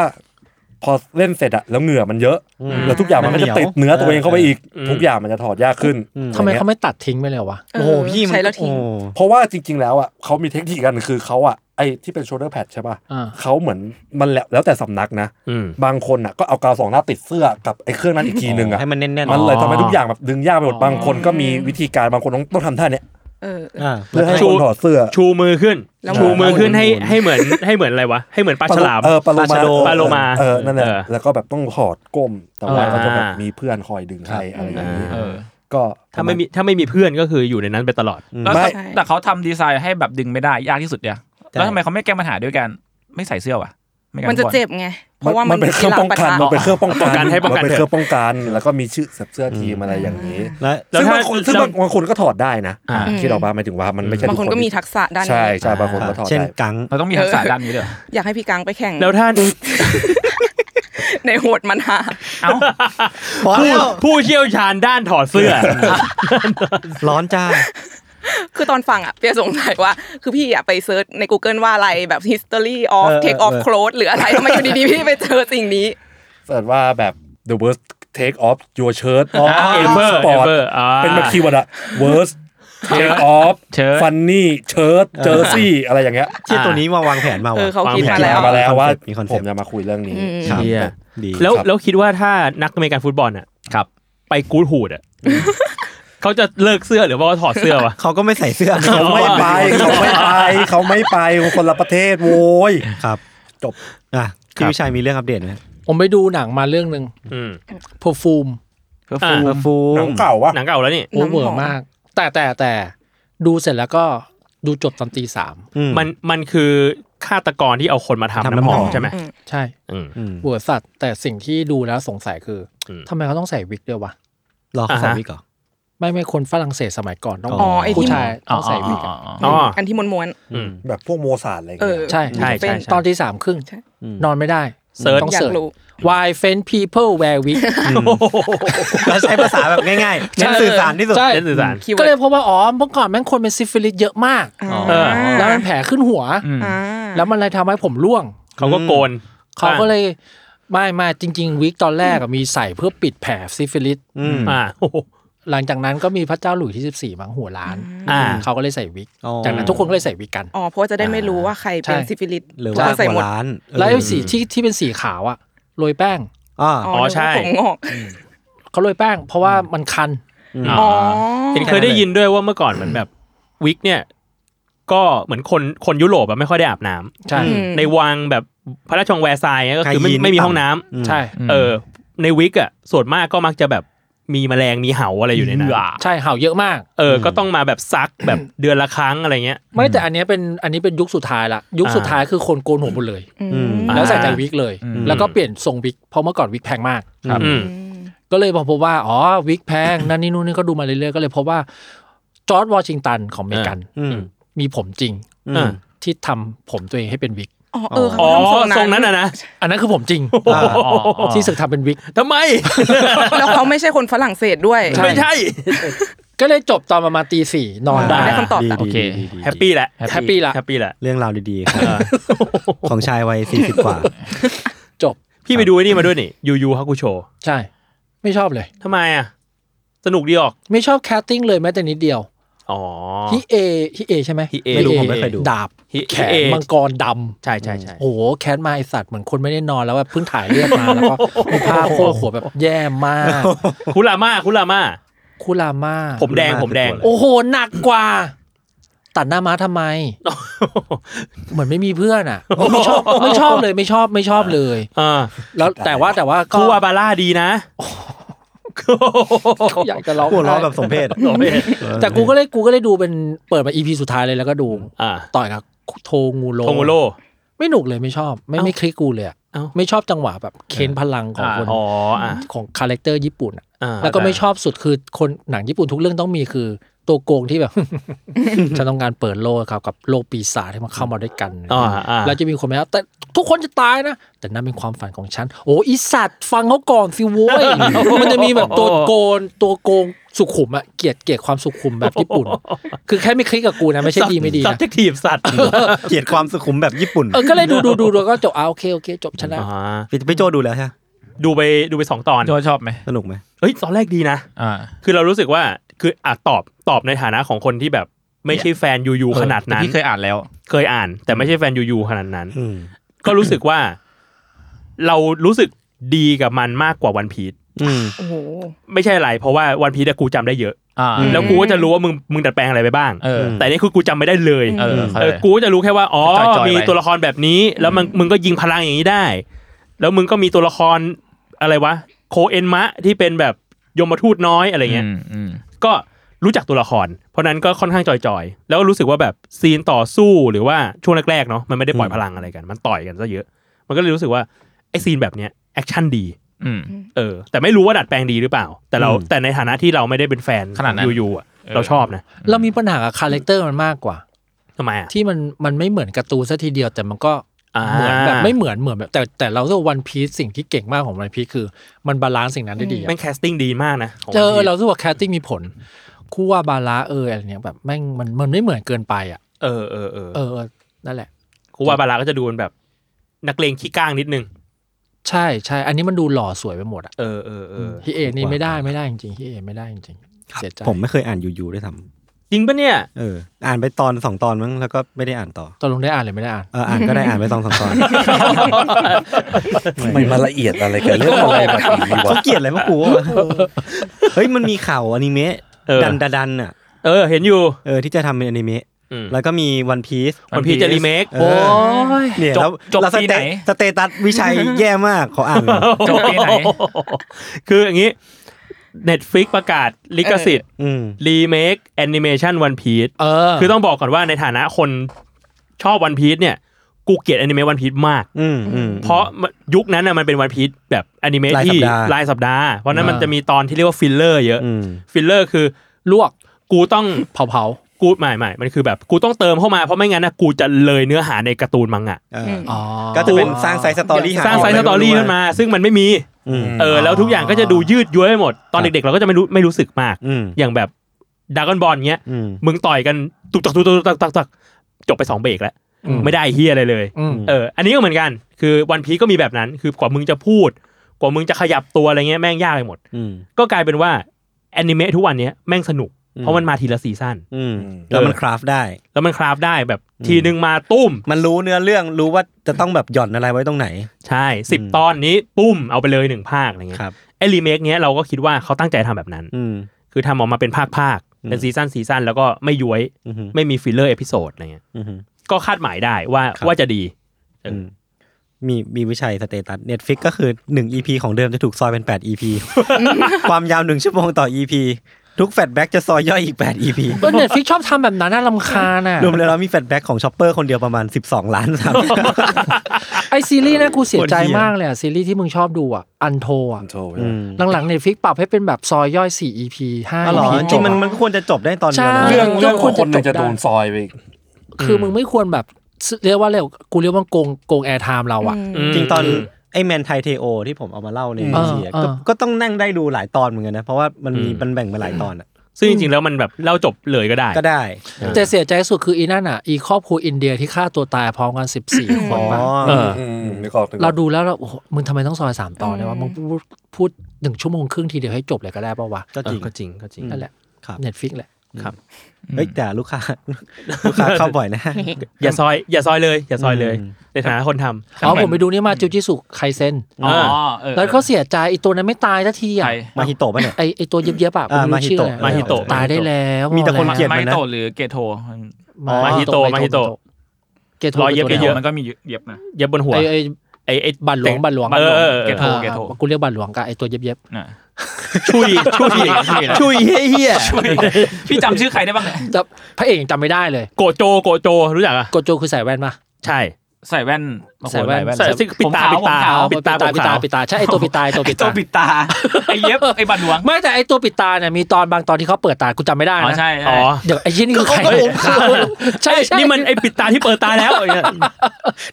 [SPEAKER 5] พอเล่นเสร็จอะแล้วเหงื่อมันเยอะ แล้วทุกอย่างมันก็จะติดเนื้อตัวเองเข้าไปอีก ทุกอย่างมันจะถอดยากขึ้น
[SPEAKER 4] ทำไม
[SPEAKER 5] อย่งงี้ย
[SPEAKER 4] เขาไม่ตัดทิ้งไปเลยวะ
[SPEAKER 2] โอ้โหพี่มัน
[SPEAKER 6] ใช้แล้วทิ้ง
[SPEAKER 2] โอ้
[SPEAKER 5] เพราะว่าจริง ๆ แล้วอะเขามีเทคนิคกันคือเขาอะไอที่เป็นโชเดอร์แพดใช่ป่ะ
[SPEAKER 4] อ่า
[SPEAKER 5] เขาเหมือนมันแล้วแล้วแต่สำนักนะ
[SPEAKER 3] อืม
[SPEAKER 5] บางคนอ่ะก็เอากาวสองหน้าติดเสื้อกับไอ้เครื่องนั้นอีกทีหนึ่งอ่ะ
[SPEAKER 2] ให้มันแน่นๆ
[SPEAKER 5] มันเลยทำให้
[SPEAKER 3] อ๋อ
[SPEAKER 5] ทุกอย่างแบบดึงยากไปหมดบางคนก็มีวิธีการบางคนต้องต้องทำท่าเนี้ย
[SPEAKER 6] เออ
[SPEAKER 2] อ่า
[SPEAKER 5] เพื่อให้คนถอดเสื้อ
[SPEAKER 3] ชูมือขึ้น
[SPEAKER 6] แล้ว
[SPEAKER 3] ชูมือขึ้นให้
[SPEAKER 2] หมุน
[SPEAKER 3] ให้เหมือนให้เหมือนอะไรวะ ให้เหมือนปลาฉลาม
[SPEAKER 5] เออปลาโล
[SPEAKER 2] ปลา
[SPEAKER 5] มา
[SPEAKER 2] ชะโด
[SPEAKER 5] เออ
[SPEAKER 3] ปลาโลมา
[SPEAKER 5] เออนั่นแหละ
[SPEAKER 3] เออ
[SPEAKER 5] แล้วก็แบบต้องถอดก้มแต่ว่า
[SPEAKER 3] อ่า
[SPEAKER 5] ก็จะแบบมีเพื่อนคอยดึงให้อะไรอย่างนี้
[SPEAKER 7] เออ
[SPEAKER 5] ก็
[SPEAKER 3] ถ้าไม่มีถ้าไม่มีเพื่อนก็คืออยู่ในนั้นไปตลอด
[SPEAKER 7] แล้วแต่
[SPEAKER 5] ไม่
[SPEAKER 6] ใช่
[SPEAKER 7] แต่เขาทำดีไซน์ให้แบบดึงไม่ได้ยากที่สุดเนี่ยแล้วทำไมเขาไม่แก้ปัญหาด้วยกันไม่ใส่เสื้อวะไกั
[SPEAKER 6] มันจะ
[SPEAKER 7] บอล
[SPEAKER 6] เจ็บไง เพ
[SPEAKER 5] มัน
[SPEAKER 6] ราะว่ามั
[SPEAKER 5] มัน นเป็นเครื่องป้องกัน
[SPEAKER 6] กีฬาปะทะ
[SPEAKER 5] มันเป็นเครื่องป้อง
[SPEAKER 3] ป้องกั
[SPEAKER 5] กัน
[SPEAKER 3] นให้ป้องกัน
[SPEAKER 5] มันเป็นเครื่องป้องกันแล้วก็มีชื่อเสื้อทีมอะไรอย่างนี้
[SPEAKER 2] แล้ว
[SPEAKER 3] แล้ว
[SPEAKER 5] ซึ่ง
[SPEAKER 3] ถ้า
[SPEAKER 5] บางคนซึ่งบางบางคนก็ถอดได้นะ
[SPEAKER 3] อ่า
[SPEAKER 5] คิดออกมาหมายถึงว่ามันไม่ใช่
[SPEAKER 6] บางคน
[SPEAKER 5] ทุ
[SPEAKER 6] ก็มีทักษะด้าน
[SPEAKER 5] ใช่
[SPEAKER 6] นี้
[SPEAKER 5] ใช่บางคนก็ถอด
[SPEAKER 2] เช่น
[SPEAKER 5] ได้
[SPEAKER 2] กัง
[SPEAKER 7] เราต้องมีทักษะด้านนี้ด้วย
[SPEAKER 6] อยากให้พี่กังไปแข่ง
[SPEAKER 3] แล้วถ้า
[SPEAKER 6] ในโหดมันหา
[SPEAKER 7] เอ้า
[SPEAKER 3] ผู้ผู้เชี่ยวชาญด้านถอดเสื้อ
[SPEAKER 2] ร้อนจ้า
[SPEAKER 6] คือตอนฟังอ่ะเปียสงสัยว่า คือพี่อ่ะไปเซิร์ชใน Google ว่าอะไรแบบ history of
[SPEAKER 2] เออ
[SPEAKER 6] take off
[SPEAKER 2] เออ
[SPEAKER 6] clothes หรืออะไรทำไมอยู่ดีๆ พี่ไปเจอสิ่งนี้
[SPEAKER 5] เสิร์ชว่าแบบ the worst take off your shirt of
[SPEAKER 3] เอเบอร์เอ
[SPEAKER 5] sport
[SPEAKER 3] เบอร์อ่า
[SPEAKER 5] เป็นแบบคีย์เวิร์ดอะ worst take off
[SPEAKER 7] Shirt
[SPEAKER 5] funny shirt jersey อะไรอย่างเงี้ย
[SPEAKER 2] ที่ตัวนี้มาวางแผนมา
[SPEAKER 6] เอ
[SPEAKER 2] ว่ะ
[SPEAKER 6] อเขา
[SPEAKER 3] ความ
[SPEAKER 6] คิดมาแล้ว
[SPEAKER 5] มาแล้วว่า
[SPEAKER 2] มีคอนเซ็ป
[SPEAKER 5] ผ
[SPEAKER 2] ต์
[SPEAKER 5] มจะมาคุยเรื่องนี้
[SPEAKER 6] อืม
[SPEAKER 2] ครับ
[SPEAKER 3] เหี้ย
[SPEAKER 2] ดี
[SPEAKER 3] แล้ว
[SPEAKER 5] ครับ
[SPEAKER 3] แล้วคิดว่าถ้านักอเมริกันฟุตบอลอ่ะ
[SPEAKER 7] ครับ
[SPEAKER 3] ไปกู๊ดฮูดอ่ะเขาจะเลิกเสื้อหรือว่าเขาถอดเสื้อวะ
[SPEAKER 2] เขาก็ไม่ใส่เสื้อ
[SPEAKER 5] เขาไม่ไปเขาไม่ไปเขาไม่ไปคนละประเทศโว้ย
[SPEAKER 2] ครับ
[SPEAKER 5] จบ
[SPEAKER 2] อ่ะพี่วิชัยมีเรื่องอัปเดตไหม
[SPEAKER 4] ผมไปดูหนังมาเรื่องหนึ่ง perfume
[SPEAKER 7] เพื่อฟูม
[SPEAKER 2] ฟู
[SPEAKER 5] หนังเก่าวะ
[SPEAKER 3] หนังเก่าแล้วนี่
[SPEAKER 4] โอเวอร์มาก แต่แต่แต่ดูเสร็จแล้วก็ดูจบตอนตีสาม
[SPEAKER 2] มั
[SPEAKER 3] มัน นมันคือฆาตกรที่เอาคนมาทำ
[SPEAKER 2] ทำ
[SPEAKER 3] น้ำหอ
[SPEAKER 2] น้ำหอม
[SPEAKER 3] มใช่ไหม
[SPEAKER 6] อืม
[SPEAKER 4] ใช่
[SPEAKER 3] อืม
[SPEAKER 4] หัวสัตว์ แต่สิ่งที่ดูแล้วสงสัยคืออ
[SPEAKER 3] ม
[SPEAKER 4] ทำไมเขาต้องใส่วิกด้วยวะ
[SPEAKER 2] รอเขาใส่
[SPEAKER 3] อ่าฮะ
[SPEAKER 2] วิกเหรอ
[SPEAKER 4] ไม่ไม่คนฝรั่งเศสสมัยก่อนต้อง
[SPEAKER 6] อ๋อไอ้ที่
[SPEAKER 4] ผู้ชายต้องใส่วิกอะ
[SPEAKER 3] อ๋อ
[SPEAKER 6] อันที่ม้วน
[SPEAKER 3] อืม
[SPEAKER 5] แบบพวกโมซาร์ทอะไรอย่า
[SPEAKER 6] ๆ
[SPEAKER 5] ง
[SPEAKER 6] เออ
[SPEAKER 5] เงี้ย
[SPEAKER 4] ใช่
[SPEAKER 3] ใช่ใช่ใช่
[SPEAKER 4] ตอนที่สามครึ่ง
[SPEAKER 6] ใช่
[SPEAKER 4] นอนไม่ได้
[SPEAKER 3] เสิร์ช
[SPEAKER 4] ต้อง
[SPEAKER 6] อยา
[SPEAKER 4] เสิ
[SPEAKER 6] ก
[SPEAKER 4] ร์ช
[SPEAKER 6] รู้
[SPEAKER 4] Why French people wear wig
[SPEAKER 2] เราใช้ภาษาแบบง่ายๆเน้นสื่อสารที่สุด
[SPEAKER 4] ใช่
[SPEAKER 3] เล่นสื่อสาร
[SPEAKER 6] คีย์เวิ
[SPEAKER 4] ก็
[SPEAKER 6] ร์ด
[SPEAKER 4] เลยพบว่าอ๋อเมื่อก่อนแม่งคนเป็นซิฟิลิสเยอะมาก
[SPEAKER 3] เออ
[SPEAKER 4] แล้วมันแผลขึ้นหัว
[SPEAKER 6] อ่า
[SPEAKER 4] แล้วมันเลยทำให้ผมร่วง
[SPEAKER 3] เขาก็โกน
[SPEAKER 4] เขาก็เลยไม่ไม่จริง ๆ วิกตอนแรกอะมีใส่เพื่อปิดแผลซิฟิลิส
[SPEAKER 3] อ่าโอ้โห
[SPEAKER 4] หลังจากนั้นก็มีพระเจ้าหลุยที่สิบสี่มั้งหัวล้าน
[SPEAKER 3] อ่า
[SPEAKER 4] เขาก็เลยใส่วิก
[SPEAKER 2] อ๋อ
[SPEAKER 4] จากนั้นทุกคนก็เลยใส่วิกกัน
[SPEAKER 6] อ๋อเพราะว่าจะได้ไม่รู้ว่าใครเป็น
[SPEAKER 4] ใช่
[SPEAKER 6] ซิฟิลิส
[SPEAKER 2] หรือว่า
[SPEAKER 6] ก็ใส่
[SPEAKER 2] หั
[SPEAKER 6] หม
[SPEAKER 2] ว
[SPEAKER 6] ด
[SPEAKER 2] ล้านเออ
[SPEAKER 4] แล้วไอ้สีที่ที่เป็นสีขาวอะโรยแป้ง
[SPEAKER 2] อ่า
[SPEAKER 6] อ๋ออ
[SPEAKER 3] อใช่
[SPEAKER 6] ใช่ผมงอก
[SPEAKER 4] เขาโรยแป้ง เพราะว่ามันคัน
[SPEAKER 6] อ๋อ
[SPEAKER 3] เห็นเคยได้ยินด้วยว่าเมื่อก่อนเหมือนแบบวิกเนี่ย ก็เหมือนคนคนยุโรปอะไม่ค่อยได้อาบน้ำ
[SPEAKER 4] ใช่
[SPEAKER 6] อืม
[SPEAKER 3] ในวังแบบพระราชวังแวร์ไซน์เนี่ยก็คือไม่
[SPEAKER 2] ยีน
[SPEAKER 3] ไม่มีห้องน้ำ
[SPEAKER 2] อืม
[SPEAKER 4] ใช่
[SPEAKER 3] เออ ในวิกอะส่วนมากก็มักจะแบบมีแมลงมีเหาอะไรอยู่ในนั้น
[SPEAKER 4] ใช่เห่าเยอะมาก
[SPEAKER 3] เออ ก็ต้องมาแบบซักแบบเดือนละครั้งอะไรเงี้ย
[SPEAKER 4] ไม่แต่อันเนี้ยเป็นอันนี้เป็นยุคสุดท้ายละยุค
[SPEAKER 3] อ่า
[SPEAKER 4] สุดท้ายคือคนโกนหัวหมดเลย
[SPEAKER 6] อืม
[SPEAKER 3] อ่า
[SPEAKER 4] แล้วใส่แต่วิกเลย
[SPEAKER 7] อืม
[SPEAKER 4] แล้วก็เปลี่ยนทรงวิกเพราะเมื่อก่อนวิกแพงมาก
[SPEAKER 2] ครับ
[SPEAKER 3] อืม
[SPEAKER 4] ก็เลยพบว่า อ๋อ วิกแพง นั่นนี่นู่นนี่ก็ดูมาเรื่อยๆ ก็เลยพบว่า จอร์ดวอชิงตันของอเมริกัน
[SPEAKER 2] อืม
[SPEAKER 4] มีผมจริง
[SPEAKER 2] อืม
[SPEAKER 4] ที่ทำผมตัวเองให้เป็นวิก
[SPEAKER 6] อ๋อเออ
[SPEAKER 3] อ๋อ
[SPEAKER 6] เขาทำท
[SPEAKER 3] ทร
[SPEAKER 6] รง ง
[SPEAKER 3] นั้
[SPEAKER 6] นั้นน
[SPEAKER 3] อะนะ
[SPEAKER 4] อันนั้นคือผมจริง
[SPEAKER 2] อ่า
[SPEAKER 4] ที่สึกทำเป็นวิก
[SPEAKER 3] ทำไม
[SPEAKER 6] [laughs] แล้วเขาไม่ใช่คนฝรั่งเศสด้วย
[SPEAKER 4] ใช่
[SPEAKER 3] ไม่ใช่
[SPEAKER 4] ก็เลยจบตอนประมาณตีสี่นอนได้
[SPEAKER 6] ได้คำตอบ
[SPEAKER 2] ดี
[SPEAKER 6] แล้ว
[SPEAKER 2] ดี
[SPEAKER 7] โอเค
[SPEAKER 2] ดีดี
[SPEAKER 3] แฮปปี้แหละ
[SPEAKER 4] แฮปปี้ละ
[SPEAKER 3] แฮปปี้แหละ
[SPEAKER 2] เรื่องราวดีๆครับของชายวัยสี่สิบกว่า
[SPEAKER 4] จบ
[SPEAKER 3] พี่ไปดูไอ้นี่มาด้วยนี่ยูยูฮัก u โช
[SPEAKER 4] ใช่ ไม่ชอบเลย
[SPEAKER 3] ทำไมอ่ะ สนุกดีออก
[SPEAKER 4] ไม่ชอบแคสติ้งเลยแม้แต่นิดเดียว
[SPEAKER 3] อ๋อ
[SPEAKER 4] ฮิเอฮิเอใช่ไหม
[SPEAKER 3] ฮิเอ
[SPEAKER 4] ฮิ
[SPEAKER 3] ดูผมไม่เคยดู
[SPEAKER 4] ดาบ
[SPEAKER 3] ฮิ
[SPEAKER 4] แข
[SPEAKER 3] ฮิ
[SPEAKER 4] น
[SPEAKER 3] เอ
[SPEAKER 4] มังกรดำ
[SPEAKER 3] ใช่ใช่ใช่
[SPEAKER 4] โอ้โหแคทมาไอสัตว์เหมือนคนไม่ได้นอนแล้วแบบเพิ่งถ่ายเลือดมา แล้วก็มีภาพโคตรหัวแบบแย่มาก
[SPEAKER 3] คุราม่าคุราม่า
[SPEAKER 4] คุลาม่า
[SPEAKER 3] ผมแดงผมแดง
[SPEAKER 4] โอ้โห หนักกว่า ตัดหน้าม้าทำไม เหมือนไม่มีเพื่อนอ่ะ ไม่ชอบไม่ชอบเลยไม่ชอบไม่ชอบเลย
[SPEAKER 3] อ่า
[SPEAKER 4] แล้วแต่ว่าแต่ว่าก็
[SPEAKER 3] คูวาบาร่าดีนะ
[SPEAKER 4] อยากจะร้อง
[SPEAKER 2] หัวเร้อ
[SPEAKER 4] ไห้
[SPEAKER 2] แบบสมเพศ
[SPEAKER 4] แต่กูก็เลยกูก็เลยดูเป็นเปิดมาอีพีสุดท้ายเลยแล้วก็ดู
[SPEAKER 3] อ่า
[SPEAKER 4] ต่อยกับโทงูโล
[SPEAKER 3] โทโมโร
[SPEAKER 4] ไม่หนุกเลยไม่ชอบ ไม่ไม่คลิกกูเลยอะ
[SPEAKER 3] เอ้า
[SPEAKER 4] ไม่ชอบจังหวะแบบเค้นพลังของคน
[SPEAKER 3] อ๋ออ่ะ
[SPEAKER 4] ของคาแรคเตอร์ญี่ปุ่นอะ
[SPEAKER 3] อ่า
[SPEAKER 4] แล้วก็ไม่ชอบสุดคือคนหนังญี่ปุ่นทุกเรื่องต้องมีคือ ตัวโกงที่แบบ [laughs] ฉันต้องการเปิดโลกครับกับโลกปีศาจที่มันเข้ามาด้วยกัน
[SPEAKER 3] อ่าอ่า
[SPEAKER 4] แล้วจะมีคนไหมครับแต่ทุกคนจะตายนะ แต่นั่นเป็นความฝันของฉัน โอ้อีสัตว์ฟังเขาก่อนสิโว้ย [laughs] มันจะมีแบบตัวโกนตัวโกงสุขุมอะเกลียดเกลียดความสุขุมแบบญี่ปุ่น คือแค่ไม่คลิกกับกูนะไม่ใช่ดีไม่ดี
[SPEAKER 3] สัต
[SPEAKER 4] นะ
[SPEAKER 3] ว์ทีบสัตว์
[SPEAKER 2] เกลียดความสุขุมแบบญี่ปุ่น
[SPEAKER 4] เออก็เลยดูดูดูดูแล้วก็จบเอาโอเคโอเค จบชนะ
[SPEAKER 3] อ่า
[SPEAKER 2] พี่พี่โจดูแล้วใช่ไหม
[SPEAKER 3] ดูไปดูไปสองตอน
[SPEAKER 7] โจชอบไหม
[SPEAKER 2] สนุกไหม
[SPEAKER 3] เอ้ย ตอนแรกดีนะ
[SPEAKER 7] อ่า
[SPEAKER 3] คือเรารู้สึกว่าคืออ่ะตอบตอบในฐานะของคนที่แบบ ไม่ใช่แฟนยูยูขนาดนั้น
[SPEAKER 7] พี่เคยอ่านแล้ว
[SPEAKER 3] เคยอ่าน แต่ไม่ใช่แฟนยูยูขนาดนั้น
[SPEAKER 2] อืม
[SPEAKER 3] ก็รู้สึกว่า เรารู้สึกดีกับมันมากกว่าวันพีช
[SPEAKER 2] อืม
[SPEAKER 6] โอ้โห
[SPEAKER 3] ไม่ใช่อะไร เพราะว่าวันพีชกูจำได้เยอะ
[SPEAKER 7] อ่า
[SPEAKER 2] อืม
[SPEAKER 3] แล้วกูก็จะรู้ว่ามึงมึงดัดแปลงอะไรไปบ้าง
[SPEAKER 7] เออ
[SPEAKER 3] แต่นี่คือกูจำไม่ได้เลย
[SPEAKER 7] เออเข้า
[SPEAKER 3] เอ
[SPEAKER 7] ใจ
[SPEAKER 3] อกูก็จะรู้แค่ว่าอ๋อ
[SPEAKER 7] จอยๆไป
[SPEAKER 3] มีตัวละครแบบนี้ แล้วมึงมึงก็ยิงพลังอย่างนี้ได้ แล้วมึงก็มีตัวละครอะไรวะโคเอนมะที่เป็นแบบยมทูตน้อยอะไรเงี้ย
[SPEAKER 7] มอืม
[SPEAKER 3] ก็รู้จักตัวละคร เพราะนั้นก็ค่อนข้างจอยๆ แล้วก็รู้สึกว่าแบบซีนต่อสู้หรือว่าช่วงแรกๆเนาะมันไม่ได้ปล่อยพลังอะไรกัน มันต่อยกันซะเยอะ มันก็เลยรู้สึกว่าไอ้ซีนแบบเนี้ยแอคชั่นดี
[SPEAKER 7] อืม
[SPEAKER 3] เออแต่ไม่รู้ว่าดัดแปลงดีหรือเปล่า แต่เรา
[SPEAKER 2] อืม
[SPEAKER 3] แต่ในฐานะที่เราไม่ได้เป็นแฟน
[SPEAKER 7] ขนาดนั้น
[SPEAKER 3] ยูยูอ่ะเราชอบนะ
[SPEAKER 4] เรามีปัญหากับคาแรคเตอร์มันมากกว่า
[SPEAKER 3] ทำไมอ่ะ
[SPEAKER 4] ที่มันมันไม่เหมือนการ์ตูนซะทีเดียวแต่มันก็
[SPEAKER 3] อ่า
[SPEAKER 4] เหมือนแบบไม่เหมือนเหมือนแบบแต่แต่เราเรื่องวันพีซสิ่งที่เก่งมากของวันพีซคือ มันบาลานซ์สิ่งนั้นได้ดีอะ
[SPEAKER 3] แม่งแคสติ้งดีมากนะของ
[SPEAKER 4] เจอ
[SPEAKER 3] วันพีช
[SPEAKER 4] เราเรื่องว่าแคสติ้งมีผล คู่ว่าบาลาเอออะไรเนี้ยแบบแม่งมันมันไม่เหมือนเกินไปอ่ะ
[SPEAKER 3] เออเออเออ
[SPEAKER 4] เออเออนั่นแหละ
[SPEAKER 3] ครูวาบาราก็จะดูเป็นแบบนักเลงขี้ก้างนิดนึง
[SPEAKER 4] ใช่ใช่อันนี้มันดูหล่อสวยไปหมดอ่ะ
[SPEAKER 3] เออเออเออ
[SPEAKER 4] พี่เอนี่ไม่ได้ไม่ได้จริงๆพี่เอไม่ได้จริงๆเสียใจ
[SPEAKER 2] ผมไม่เคยอ่านยูยูด้วยซ้
[SPEAKER 3] จริงปะเนี่ย
[SPEAKER 2] ำเออ อ่านไปตอนสองตอนมั้งแล้วก็ไม่ได้อ่านต่อ
[SPEAKER 4] ตกลงได้อ่านหรือไม่ได้อ่าน
[SPEAKER 2] เอออ่านก็ได้อ่านไปสองสาม [laughs] ตอน
[SPEAKER 5] ทำไมมาละเอียดอะไรกันเรื่องอะไรแบบนี้
[SPEAKER 2] เขา
[SPEAKER 5] วะ
[SPEAKER 2] เกลียดอะไรมะกูวะเฮ้ยมันมีข่าวอนิเมะ
[SPEAKER 3] เออ
[SPEAKER 2] ดันดาดันอ่ะ
[SPEAKER 3] เออเห็นอยู่
[SPEAKER 2] เออที่จะทำเป็นอนิเมะ
[SPEAKER 3] อืม
[SPEAKER 2] แล้วก็มีวันพีซ
[SPEAKER 3] วันพีชจะรีเมค
[SPEAKER 2] เออ
[SPEAKER 7] ย
[SPEAKER 2] เนี่ย
[SPEAKER 7] จ
[SPEAKER 2] แล้
[SPEAKER 7] บ
[SPEAKER 2] ว
[SPEAKER 7] จบ
[SPEAKER 2] แล้วส
[SPEAKER 7] ปี
[SPEAKER 2] เต
[SPEAKER 7] ไหน
[SPEAKER 2] สเตตัสวิ
[SPEAKER 3] [laughs]
[SPEAKER 2] ชัยแย่มากขออ่านหน่อย [laughs]
[SPEAKER 7] จบปีไหน
[SPEAKER 3] คืออย่างนี้ Netflix ประกาศลิขสิทธิ์
[SPEAKER 2] อืม
[SPEAKER 3] รีเมคแอนิเมชันวันพีช
[SPEAKER 4] เออ
[SPEAKER 3] คือต้องบอกก่อนว่าในฐานะคนชอบวันพีชเนี่ย กูเกลียดแอนิเมะวันพีชมาก
[SPEAKER 2] อืมอืม
[SPEAKER 3] เพราะมันยุคนั้นน่ะมันเป็นวันพีชแบบแอนิเมะ
[SPEAKER 2] รายสั
[SPEAKER 3] ที่
[SPEAKER 2] ปดาห์
[SPEAKER 3] รายสัปดาห์ เพราะนั้นมันจะมีตอนที่เรียกว่าฟิลเลอร์เยอะ
[SPEAKER 2] อืม
[SPEAKER 3] ฟิลเลอร์คือ
[SPEAKER 4] ลวก
[SPEAKER 3] กูต้อง
[SPEAKER 4] เผาเผา
[SPEAKER 3] กูไม่ไม่มันคือแบบกูต้องเติมเข้ามาเพราะไม่งั้นนะกูจะเลยเนื้อหาในการ์ตูนมังงะ
[SPEAKER 2] เออ
[SPEAKER 4] ๆอ๋อ
[SPEAKER 2] ก็จะเป็นสร้างไซส์สตอรี่ห
[SPEAKER 3] สร้างไซส์สตอรี่ขึ้นมา ซึ่งมันไม่มี
[SPEAKER 2] อืม
[SPEAKER 3] เออแล้วทุกอย่างก็จะดูยืดเย้ยไปหมดตอนเด็กๆเราก็จะไม่รู้ไม่รู้สึกมาก
[SPEAKER 2] อืม
[SPEAKER 3] อย่างแบบดากอนบอลเงี้ย
[SPEAKER 2] อืม
[SPEAKER 3] มึงต่อยกันตุกตักตุกตักตุกตักตักตักจบไปสองเบรกแล้ว
[SPEAKER 4] อื
[SPEAKER 3] ไม่ได้เฮียอะไรเลย
[SPEAKER 4] อืม
[SPEAKER 3] เออ อันนี้ก็เหมือนกัน คือวันพีก็มีแบบนั้น คือกว่ามึงจะพูด กว่ามึงจะขยับตัวอะไรเงี้ยแม่งยากไปหมด
[SPEAKER 2] อืม
[SPEAKER 3] ก็กลายเป็นว่าแ แอนิเมะทุกวันเนี้ยแม่งสนุก เพราะมันมาทีละซีซั่น
[SPEAKER 2] อืมแล้วมันคราฟได้
[SPEAKER 3] แล้วมันคราฟได้แบบทีนึงมาตุ้ม
[SPEAKER 2] มันรู้เนื้อเรื่องรู้ว่าจะต้องแบบหย่อนอะไรไว้ตรงไหน
[SPEAKER 3] ใช่สิบตอนนี้ตุ้มเอาไปเลยหนึ่งภาคอะไรเงี้ย
[SPEAKER 2] ครับ
[SPEAKER 3] ไอ้รีเมคเนี้ยเราก็คิดว่าเขาตั้งใจทำแบบนั้น
[SPEAKER 2] อืม
[SPEAKER 3] คือทำออกมาเป็นภาคภาคๆเป็นซีซั่นซีซั่นแล้วก็ไม่ย้วย
[SPEAKER 2] อือฮึ
[SPEAKER 3] ไม่มีฟิลเลอร์เอพิโซดอะไรเงี้ย
[SPEAKER 2] อือฮึ
[SPEAKER 3] ก็คาดหมายได้ว่า
[SPEAKER 2] ครับ
[SPEAKER 3] ว่าจะดี เอออื
[SPEAKER 2] มมีมีวิชัยสเตตัสเน็ตฟิกก็คือ 1 EP ของเดิมจะถูกซอยเป็น 8 EP [laughs] ความยาว 1 ชั่วโมงต่อ EP ทุกแฟลแบ็กจะซอยย่อยอีก 8 EP
[SPEAKER 4] ก็เน็ตฟิกชอบทำแบบนั้นน่าลำคาญอ่ะ
[SPEAKER 2] รวมแล้วเรามีแฟลแบ็กของช็อปเปอร์คนเดียวประมาณ 12 ล้าน [laughs] สาม
[SPEAKER 4] ไอซีรีส์นะกูเสียใจ
[SPEAKER 2] คนเหี้ย
[SPEAKER 4] มากเลยอะซีรีส์ที่มึงชอบดูอ่ะอันโทอ่ะ
[SPEAKER 5] โธ่
[SPEAKER 4] หลังๆเน็ตฟิกปรับให้เป็นแบบซอยย่อย 4 EP 5
[SPEAKER 2] อ๋อเหรอ
[SPEAKER 4] EP
[SPEAKER 2] จริงๆมันมันก็ควรจะจบได้ตอนเดียวนะ
[SPEAKER 4] ใช่
[SPEAKER 5] เรื่องเรื่องของคนหนึ่งจะโดนซอยไปอีก
[SPEAKER 4] คือมึงไม่ควรแบบเรียกว่าเรียกกูเรียกว่าโกงโกงแอร์ไทม์เราอ่ะ
[SPEAKER 2] จริงๆตอนไอแมนไทเทโอที่ผมเอามาเล่าใน
[SPEAKER 5] อืม
[SPEAKER 2] เอเชีย
[SPEAKER 4] เออ
[SPEAKER 2] ก็
[SPEAKER 4] เออ
[SPEAKER 2] ก็ต้องนั่งได้ดูหลายตอนเหมือนกันนะ เพราะว่ามันมี
[SPEAKER 3] อืม
[SPEAKER 2] มันแบ่งมาหลายตอนอะ
[SPEAKER 3] ซึ่งจริงๆแล้วมันแบบเล่าจบเลยก็ได้
[SPEAKER 2] ก็ได้
[SPEAKER 4] แต่เสียใจสุดคืออีนั่นอ่ะ อีครอบครัวอินเดียที่ฆ่าตัวตายพร้อมกัน 14 ค
[SPEAKER 2] อ๋
[SPEAKER 4] น
[SPEAKER 2] อ
[SPEAKER 4] ป่ะเออ
[SPEAKER 5] อืมนึกออกนึกอ
[SPEAKER 4] เรา
[SPEAKER 5] อก
[SPEAKER 4] ดูแล้วเราโอ้โหมึงทำไมต้องซอยสามตอนเลยวะมึงพูดพูดหนึ่งชั่วโมงครึ่งทีเดียวให้จบเลยก็ได้ป่าวะ
[SPEAKER 2] ก็จริง
[SPEAKER 3] เออก็จริงก็จริง
[SPEAKER 4] นั่นแหละ
[SPEAKER 2] ครับ
[SPEAKER 4] เน็ตฟิกแหละ
[SPEAKER 2] เฮ้ยแต่ลูกค้า [laughs] ลูกค้าเข้าบ่อย
[SPEAKER 4] [laughs]
[SPEAKER 2] นะ
[SPEAKER 3] อย่าซอย อย่าซอยเลย อย่าซอยเลย
[SPEAKER 2] อืม
[SPEAKER 3] ในฐานะคนทำ
[SPEAKER 4] อ๋อผมไปดูนี่มาจูจิสุไคเซน
[SPEAKER 7] อ๋อ
[SPEAKER 3] เอ
[SPEAKER 7] เออ
[SPEAKER 4] แล้วก็เสียใจไอีตัวนั้นไม่ตายสักที
[SPEAKER 7] ใค
[SPEAKER 4] อ่ะ
[SPEAKER 7] ร
[SPEAKER 2] มาฮิโตะปะเนี่ย
[SPEAKER 4] ไอไอตัวเย็บๆอ่ะผมไม่
[SPEAKER 2] อ่ามา
[SPEAKER 4] รู้
[SPEAKER 2] ฮิ
[SPEAKER 4] ชื่อ
[SPEAKER 2] โตะ
[SPEAKER 4] อะไร
[SPEAKER 3] มาฮิโตะ
[SPEAKER 4] ตายได้แล้ว
[SPEAKER 2] มีแต่คน
[SPEAKER 4] พอล้ว
[SPEAKER 2] เกลียด
[SPEAKER 7] มา
[SPEAKER 2] มัน
[SPEAKER 7] ฮิ
[SPEAKER 2] นะ
[SPEAKER 7] โตะหรือเกโทมัน
[SPEAKER 3] มาฮิโตะมาฮิโตะ
[SPEAKER 4] เกโท
[SPEAKER 3] รอยเย็บ
[SPEAKER 4] ป็นตัว
[SPEAKER 3] เย
[SPEAKER 4] ดีว
[SPEAKER 3] อะ
[SPEAKER 7] มันก็มีเย็บนะ
[SPEAKER 3] อย่าบนหัว
[SPEAKER 4] ไอไอ
[SPEAKER 3] ไอ้ไอ้
[SPEAKER 4] บัตรหลวง
[SPEAKER 3] แต่
[SPEAKER 4] บัตรหลวง
[SPEAKER 3] เออเออเอ
[SPEAKER 7] เก
[SPEAKER 3] อ
[SPEAKER 7] โท เกโท
[SPEAKER 4] อ่ากูเรียกบาทหลวงกับไอตัวเย็บ
[SPEAKER 7] น่ะ
[SPEAKER 3] ชุยชุย
[SPEAKER 2] ชุยเฮีย
[SPEAKER 7] พี่จำชื่อใครได้บ้างเนี่ย
[SPEAKER 4] ๆแต่พระเอกยังจำไม่ได้เลย
[SPEAKER 3] โกโจโกโจรู้จักอ่ะ
[SPEAKER 4] โกโจคือใส่แว่นปะ
[SPEAKER 3] ใช่
[SPEAKER 7] ใส่แว่น
[SPEAKER 4] ใส่แว่น
[SPEAKER 3] ใส่ซึ่งปิดตา
[SPEAKER 7] ผมขวผมขว
[SPEAKER 3] ปิดตา
[SPEAKER 4] ปิดตา
[SPEAKER 3] ผมขา
[SPEAKER 4] ปิดตาว ปิดตาใช่ไอตัวปิดตาไอ้ตัวปิด
[SPEAKER 7] ตั
[SPEAKER 4] ตาว
[SPEAKER 7] ปิดตาไอ้เย็บไอ้บัตรหลวง
[SPEAKER 4] ไม่แต่ไอตัวปิดตาเนี่ยมีตอนบางตอนที่เขาเปิดตากูจำไม่ได้
[SPEAKER 7] อ๋อ
[SPEAKER 4] นะ
[SPEAKER 7] ใช่
[SPEAKER 3] อ๋
[SPEAKER 7] อ๋
[SPEAKER 3] อ
[SPEAKER 7] อ
[SPEAKER 4] เดี๋ยวไอ้เช่นนี่คือใครใช่ใช่
[SPEAKER 3] นี่มันไอ้ปิดตาที่เปิดตา
[SPEAKER 4] [laughs]
[SPEAKER 3] แล้วอะไรเงี้ย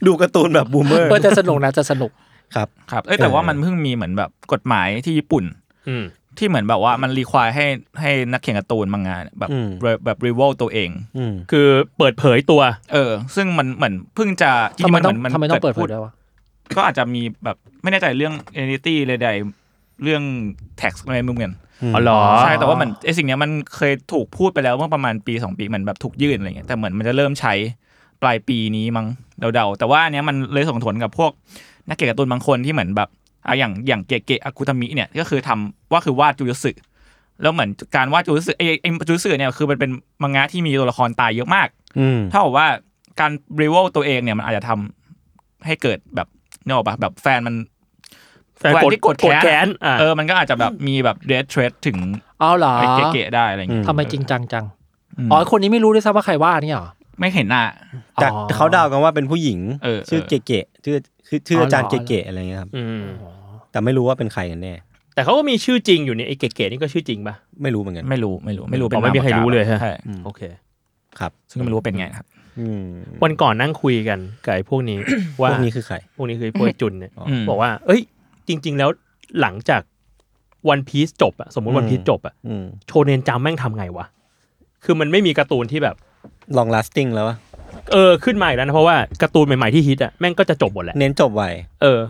[SPEAKER 2] ดูการ์ตูนแบบบูมเมอร์
[SPEAKER 4] เออแต่สนุกนะจะสนุก
[SPEAKER 7] ครับเอ้ยแต่ว่ามันเพิ่งมีเหมือนแบบกฎหมายที่ญี่ปุ่น
[SPEAKER 3] อืม
[SPEAKER 7] ที่เหมือนแบบว่ามันรีควายให้ให้นักเขียนการ์ตูนบางงานยแบบ
[SPEAKER 2] อืม
[SPEAKER 7] แบบแบบรีเวลตัวเอง
[SPEAKER 2] อืม
[SPEAKER 3] คือเปิดเผยตัว
[SPEAKER 7] เออ ซึ่งมันเหมือนเพิ่งจะจริ
[SPEAKER 4] ทำ
[SPEAKER 7] งๆ
[SPEAKER 4] ไม
[SPEAKER 7] มัน
[SPEAKER 4] ต้อ
[SPEAKER 7] เห
[SPEAKER 4] ง
[SPEAKER 7] มือนมัน
[SPEAKER 4] ทำไมต้องเปิดเผ
[SPEAKER 7] พู
[SPEAKER 4] ยด้วยวะ
[SPEAKER 7] ก็อาจจะมีแบบไม่แน่ใจเรื่องเอเนตี้เลยใดเรื่องแท็กอะไรมุมเงิน
[SPEAKER 3] อ๋อเหรอ
[SPEAKER 7] ใช่แต่ว่ามันไอสิ่งเนี้ยมันเคยถูกพูดไปแล้วเมื่อประมาณปีสองปีเหมือนแบบถูกยื่นอะไรเงี้ยแต่เหมือนมันจะเริ่มใช้ปลายปีนี้มั้งเดาๆ แต่ว่าอันเนี้ยมันเลยส่งผลกับพวกนักเขียนการ์ตูนบางคนที่เหมือนแบบอ่ะอย่างอย่างเกะเกะอากุทามิเนี่ยก็คือทำว่าคือวาดจูยุสึแล้วเหมือนการวาดจูยุสึไอไอจูยุสึเนี่ยคือมันเป็นมังงะที่มีตัวละครตายเยอะมาก
[SPEAKER 2] อืม
[SPEAKER 7] เท่ากับว่าการรีเวลตัวเองเนี่ยมันอาจจะทำให้เกิดแบบเนกออกปะแบบแฟนมัน
[SPEAKER 3] แฟนกด
[SPEAKER 7] ที่โกรธ
[SPEAKER 3] กดแค้
[SPEAKER 7] แค้
[SPEAKER 3] น
[SPEAKER 7] น
[SPEAKER 3] อ่ะ
[SPEAKER 7] เออมันก็อาจจะแบบมีแบบเดทเทรดถึง
[SPEAKER 4] เอาเหรอ
[SPEAKER 7] ไอ้เก๋ๆได้อะไรเงี้ย
[SPEAKER 4] ทำไมจริงจังจัง
[SPEAKER 7] ม
[SPEAKER 4] อ๋อคนนี้ไม่รู้ด้วยซ้ำว่าใครว่านี่เหรอ
[SPEAKER 7] ไม่เห็นหน้า
[SPEAKER 2] จาก
[SPEAKER 4] อ๋อ
[SPEAKER 2] เขาเดากันว่าเป็นผู้หญิง
[SPEAKER 7] เออเออ
[SPEAKER 2] ชื่อเกเกะชื่อคือชื่อ
[SPEAKER 4] อเหรอ
[SPEAKER 2] อาจารย์เกเกะอะไรเงี้ยครับ
[SPEAKER 3] อืม
[SPEAKER 2] แต่ไม่รู้ว่าเป็นใครกันแน่
[SPEAKER 3] แต่เขาก็มีชื่อจริงอยู่เนี่ยไอ้เก๋ๆนี่ก็ชื่อจริงป่ะ
[SPEAKER 2] ไม่รู้เหมือนกัน
[SPEAKER 7] ไม่รู้ไม่รู้ไม่รู้เป็
[SPEAKER 3] อ๋
[SPEAKER 7] น
[SPEAKER 3] อไม่มีใครรู้เลยฮะ
[SPEAKER 7] ใช่
[SPEAKER 3] โอเค
[SPEAKER 7] ซึ่งก็ไม่รู้ว่าเป็นไงครับ
[SPEAKER 2] อืม
[SPEAKER 3] วันก่อนนั่งคุยกันกับไอ้พวกนี้
[SPEAKER 2] พ
[SPEAKER 3] ว่า
[SPEAKER 2] วกนี้คือใคร
[SPEAKER 3] พวกนี้คือพวกไอ้จุนเนี่ย
[SPEAKER 7] ม
[SPEAKER 3] บอกว่า เอ้ย จริง ๆ แล้วหลังจากวันพีซจบอะสมมติวัน
[SPEAKER 2] อืม
[SPEAKER 3] พีซจบอะ
[SPEAKER 2] อืม
[SPEAKER 3] โชเนนจำแม่งทำไงวะ คือมันไม่มีการ์ตูนที่แบบ
[SPEAKER 2] ลอง lasting แล้ววะ
[SPEAKER 3] เออ ขึ้นมาอีกแล้วนะ เพราะว่าการ์ตูนใหม่ ๆ ที่ฮิตอะแม่งก็จะจบหมดแหละ
[SPEAKER 2] เน้นจบไว
[SPEAKER 3] เออ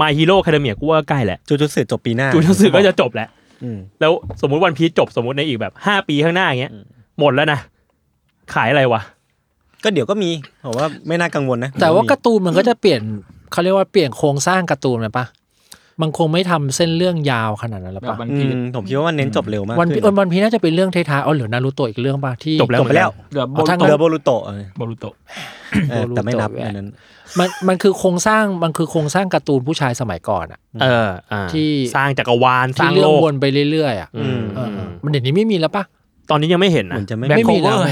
[SPEAKER 3] My Hero Academia กูว่าใกล้แหละ
[SPEAKER 2] จูจูสึจบปีหน้า
[SPEAKER 3] จูนสึก็จะจบแหละ
[SPEAKER 2] อืม
[SPEAKER 3] แล้วสมมุติวันพีซจบสมมุติในอีกแบบห้าปีข้างหน้าอย่างเงี้ย หมดแล้วนะ ขายอะไรวะ
[SPEAKER 2] ก็เดี๋ยวก็มีผมว่าไม่น่ากังวลนะ
[SPEAKER 4] แต่ว่า
[SPEAKER 2] เดี๋ยมี
[SPEAKER 4] การ์ตูนมันก็จะเปลี่ยนเขาเรียกว่าเปลี่ยนโครงสร้างการ์ตูนไหมปะมันคงไม่ทำเส้นเรื่องยาวขนาดนั้นหรอ
[SPEAKER 7] แบบ
[SPEAKER 4] ปะ
[SPEAKER 7] วัน
[SPEAKER 2] อื
[SPEAKER 7] พี
[SPEAKER 2] มผมคิดว่ามันเน้นจบเร็วมาก
[SPEAKER 4] วันพี
[SPEAKER 2] ขึ้น
[SPEAKER 4] เออวันพีน่าจะเป็นเรื่องท้ายๆเอาเหลือนารูโตะอีกเรื่องปะที่
[SPEAKER 3] จบแล้ว
[SPEAKER 2] จบไปแล้ว
[SPEAKER 7] เดือบ
[SPEAKER 4] เอาทั้ง
[SPEAKER 2] เรือโบรุโตะเออ
[SPEAKER 7] โบรุโตะ
[SPEAKER 2] เออแต่ไม่นับ
[SPEAKER 4] โบรุโตะ
[SPEAKER 2] อันนั้น
[SPEAKER 4] มันมันคือโครงสร้างมันคือโครงสร้างการ์ตูนผู้ชายสมัยก่อนอะ
[SPEAKER 3] เอออ่า
[SPEAKER 4] ที่
[SPEAKER 3] สร้างจักรวาลส
[SPEAKER 4] ที่
[SPEAKER 3] ร้าง
[SPEAKER 4] เรื่
[SPEAKER 3] โล
[SPEAKER 4] อง
[SPEAKER 3] ก
[SPEAKER 4] วนไปเรื่อยๆอะ
[SPEAKER 3] อืม
[SPEAKER 4] เออเออมันเดี๋ยวนี้ไม่มีแล้วปะ
[SPEAKER 3] ตอนนี้ยังไม่เห็น
[SPEAKER 2] เห
[SPEAKER 3] นะ
[SPEAKER 2] มือนจะไม่
[SPEAKER 7] แบ็ค
[SPEAKER 2] มี
[SPEAKER 7] โค
[SPEAKER 4] มี
[SPEAKER 7] เว
[SPEAKER 4] แล้
[SPEAKER 7] อ
[SPEAKER 4] ว
[SPEAKER 7] ร์